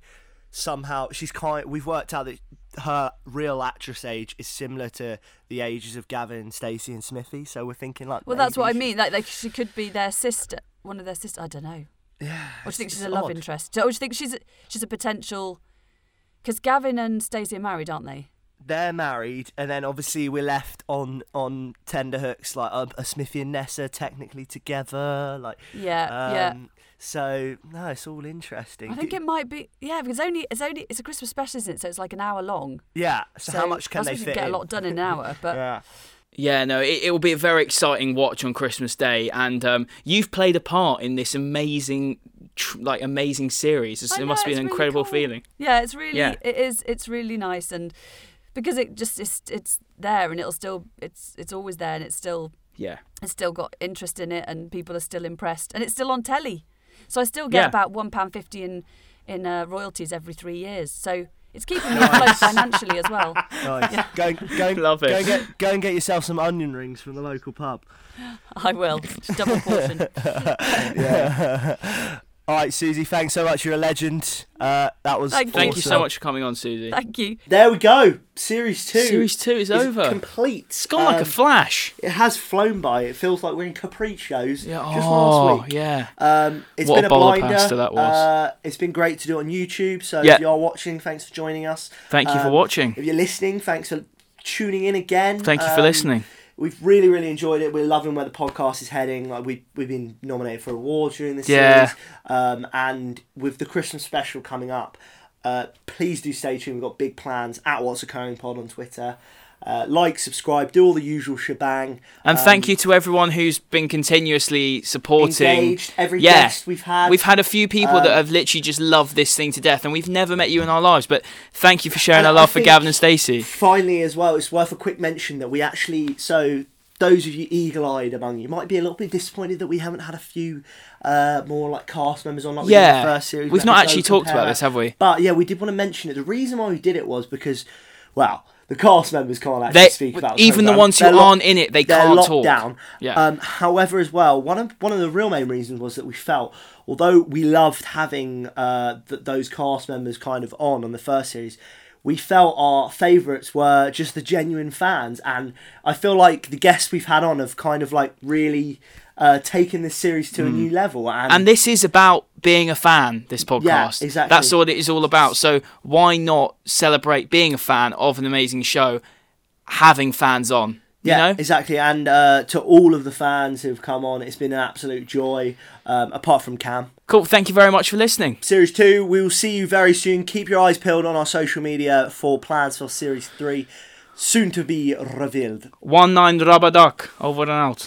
Speaker 1: somehow she's kind. We've worked out that her real actress age is similar to the ages of Gavin, Stacey, and Smithy. So we're thinking like.
Speaker 4: Well, that's
Speaker 1: maybe
Speaker 4: what I
Speaker 1: she-
Speaker 4: mean. Like, like she could be their sister, one of their sisters. I don't know.
Speaker 1: Yeah.
Speaker 4: Or do you think
Speaker 1: it's-
Speaker 4: she's a
Speaker 1: it's
Speaker 4: love
Speaker 1: odd.
Speaker 4: interest? Or do you think she's a, she's a potential? Because Gavin and Stacey are married, aren't they?
Speaker 1: they're married, and then obviously we're left on on tenderhooks like um, a Smithy and Nessa technically together, like
Speaker 4: Yeah, Uh, yeah.
Speaker 1: um, So no, it's all interesting.
Speaker 4: I think
Speaker 1: Do-
Speaker 4: it might be. Yeah, because only it's only it's a Christmas special, isn't it? So it's like an hour long.
Speaker 1: yeah. So, how much can
Speaker 4: that's
Speaker 1: they
Speaker 4: what you
Speaker 1: fit
Speaker 4: Get
Speaker 1: in?
Speaker 4: a lot done in an hour, but
Speaker 1: Yeah.
Speaker 2: Yeah, no, it, it will be a very exciting watch on Christmas Day, and um, you've played a part in this amazing, tr- like amazing series. It's,
Speaker 4: I
Speaker 2: it
Speaker 4: know,
Speaker 2: must be
Speaker 4: it's
Speaker 2: an
Speaker 4: really
Speaker 2: incredible
Speaker 4: cool.
Speaker 2: feeling.
Speaker 4: Yeah, it's really
Speaker 2: Yeah.
Speaker 4: it is it's really nice and because it just it's, it's there and it'll still it's it's always there and it's still
Speaker 2: Yeah,
Speaker 4: it's still got interest in it and people are still impressed and it's still on telly. So I still get
Speaker 2: Yeah.
Speaker 4: about 1 pound 50 in in uh, royalties every 3 years. So it's keeping me afloat financially as well.
Speaker 1: Nice. Go, and- go, and-
Speaker 2: Love it.
Speaker 1: Go and, get, go and get yourself some onion rings from the local pub.
Speaker 4: I will. Just double portion.
Speaker 1: All right, Susie, thanks so much. You're a legend. Uh, that was
Speaker 4: Thank you.
Speaker 2: Thank you so
Speaker 1: awesome.
Speaker 2: much for coming on, Susie.
Speaker 4: Thank you.
Speaker 1: There we go. Series two.
Speaker 2: Series two is Um, over.
Speaker 1: Complete.
Speaker 2: It's gone
Speaker 4: Um,
Speaker 2: like a flash.
Speaker 1: It has flown by. It feels like we're in Capriccios
Speaker 2: Yeah.
Speaker 1: just
Speaker 2: oh,
Speaker 1: last week.
Speaker 2: yeah.
Speaker 1: Um, it's
Speaker 2: What
Speaker 1: been
Speaker 2: a
Speaker 1: a,
Speaker 2: bowl of
Speaker 1: blinder.
Speaker 2: pasta that was.
Speaker 1: Uh, it's been great to do it on YouTube. So
Speaker 2: Yeah.
Speaker 1: if you are watching, thanks for joining us.
Speaker 2: Thank you for
Speaker 1: Um,
Speaker 2: watching.
Speaker 1: If you're listening, thanks for tuning in again.
Speaker 2: Thank you for
Speaker 1: Um,
Speaker 2: listening.
Speaker 1: We've really, really enjoyed it. We're loving where the podcast is heading. Like we we've been nominated for awards during this
Speaker 2: Yeah.
Speaker 1: series, um, and with the Christmas special coming up, uh, please do stay tuned. We've got big plans at What's Occurring Pod on Twitter. Uh, like, subscribe, do all the usual shebang.
Speaker 2: And
Speaker 1: Um,
Speaker 2: thank you to everyone who's been continuously supporting.
Speaker 1: Engaged, every
Speaker 2: yeah.
Speaker 1: guest we've had. Um,
Speaker 2: We've had a few people that have literally just loved this thing to death, and we've never met you in our lives. But thank you for sharing
Speaker 1: And
Speaker 2: our
Speaker 1: I
Speaker 2: love for
Speaker 1: think-
Speaker 2: Gavin and Stacey.
Speaker 1: Finally, as well, it's worth a quick mention that we actually so. Those of you eagle-eyed among you might be a little bit disappointed that we haven't had a few uh, more like cast members on. Like we did in
Speaker 2: Yeah,
Speaker 1: the first series.
Speaker 2: we've
Speaker 1: with
Speaker 2: not
Speaker 1: Episode
Speaker 2: actually talked about
Speaker 1: Compare.
Speaker 2: this, have we?
Speaker 1: But yeah, we did want to mention it. The reason why we did it was because, well, the cast members can't actually
Speaker 2: They,
Speaker 1: speak about the
Speaker 2: even the
Speaker 1: programme.
Speaker 2: ones who
Speaker 1: They're locked-
Speaker 2: aren't in it, they
Speaker 1: they're
Speaker 2: can't
Speaker 1: locked
Speaker 2: talk.
Speaker 1: down.
Speaker 2: Yeah.
Speaker 1: Um, however, as well, one of one of the real main reasons was that we felt, although we loved having uh, th- those cast members kind of on on the first series, we felt our favourites were just the genuine fans, and I feel like the guests we've had on have kind of like really uh, taken this series to a new level. And,
Speaker 2: Hmm. and this is about being a fan. This podcast,
Speaker 1: exactly.
Speaker 2: That's what it is all about. So why not celebrate being a fan of an amazing show, having fans on?
Speaker 1: Yeah,
Speaker 2: you know?
Speaker 1: exactly. And uh, to all of the fans who've come on, it's been an absolute joy. Um, apart from Cam,
Speaker 2: cool. Thank you very much for listening.
Speaker 1: series two, we will see you very soon. Keep your eyes peeled on our social media for plans for series three, soon to be revealed.
Speaker 2: One nine Rabadak over and out.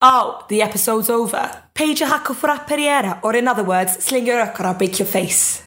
Speaker 3: Oh, the episode's over. Page your hacker for a periera, or in other words, sling your rock or I'll break your face.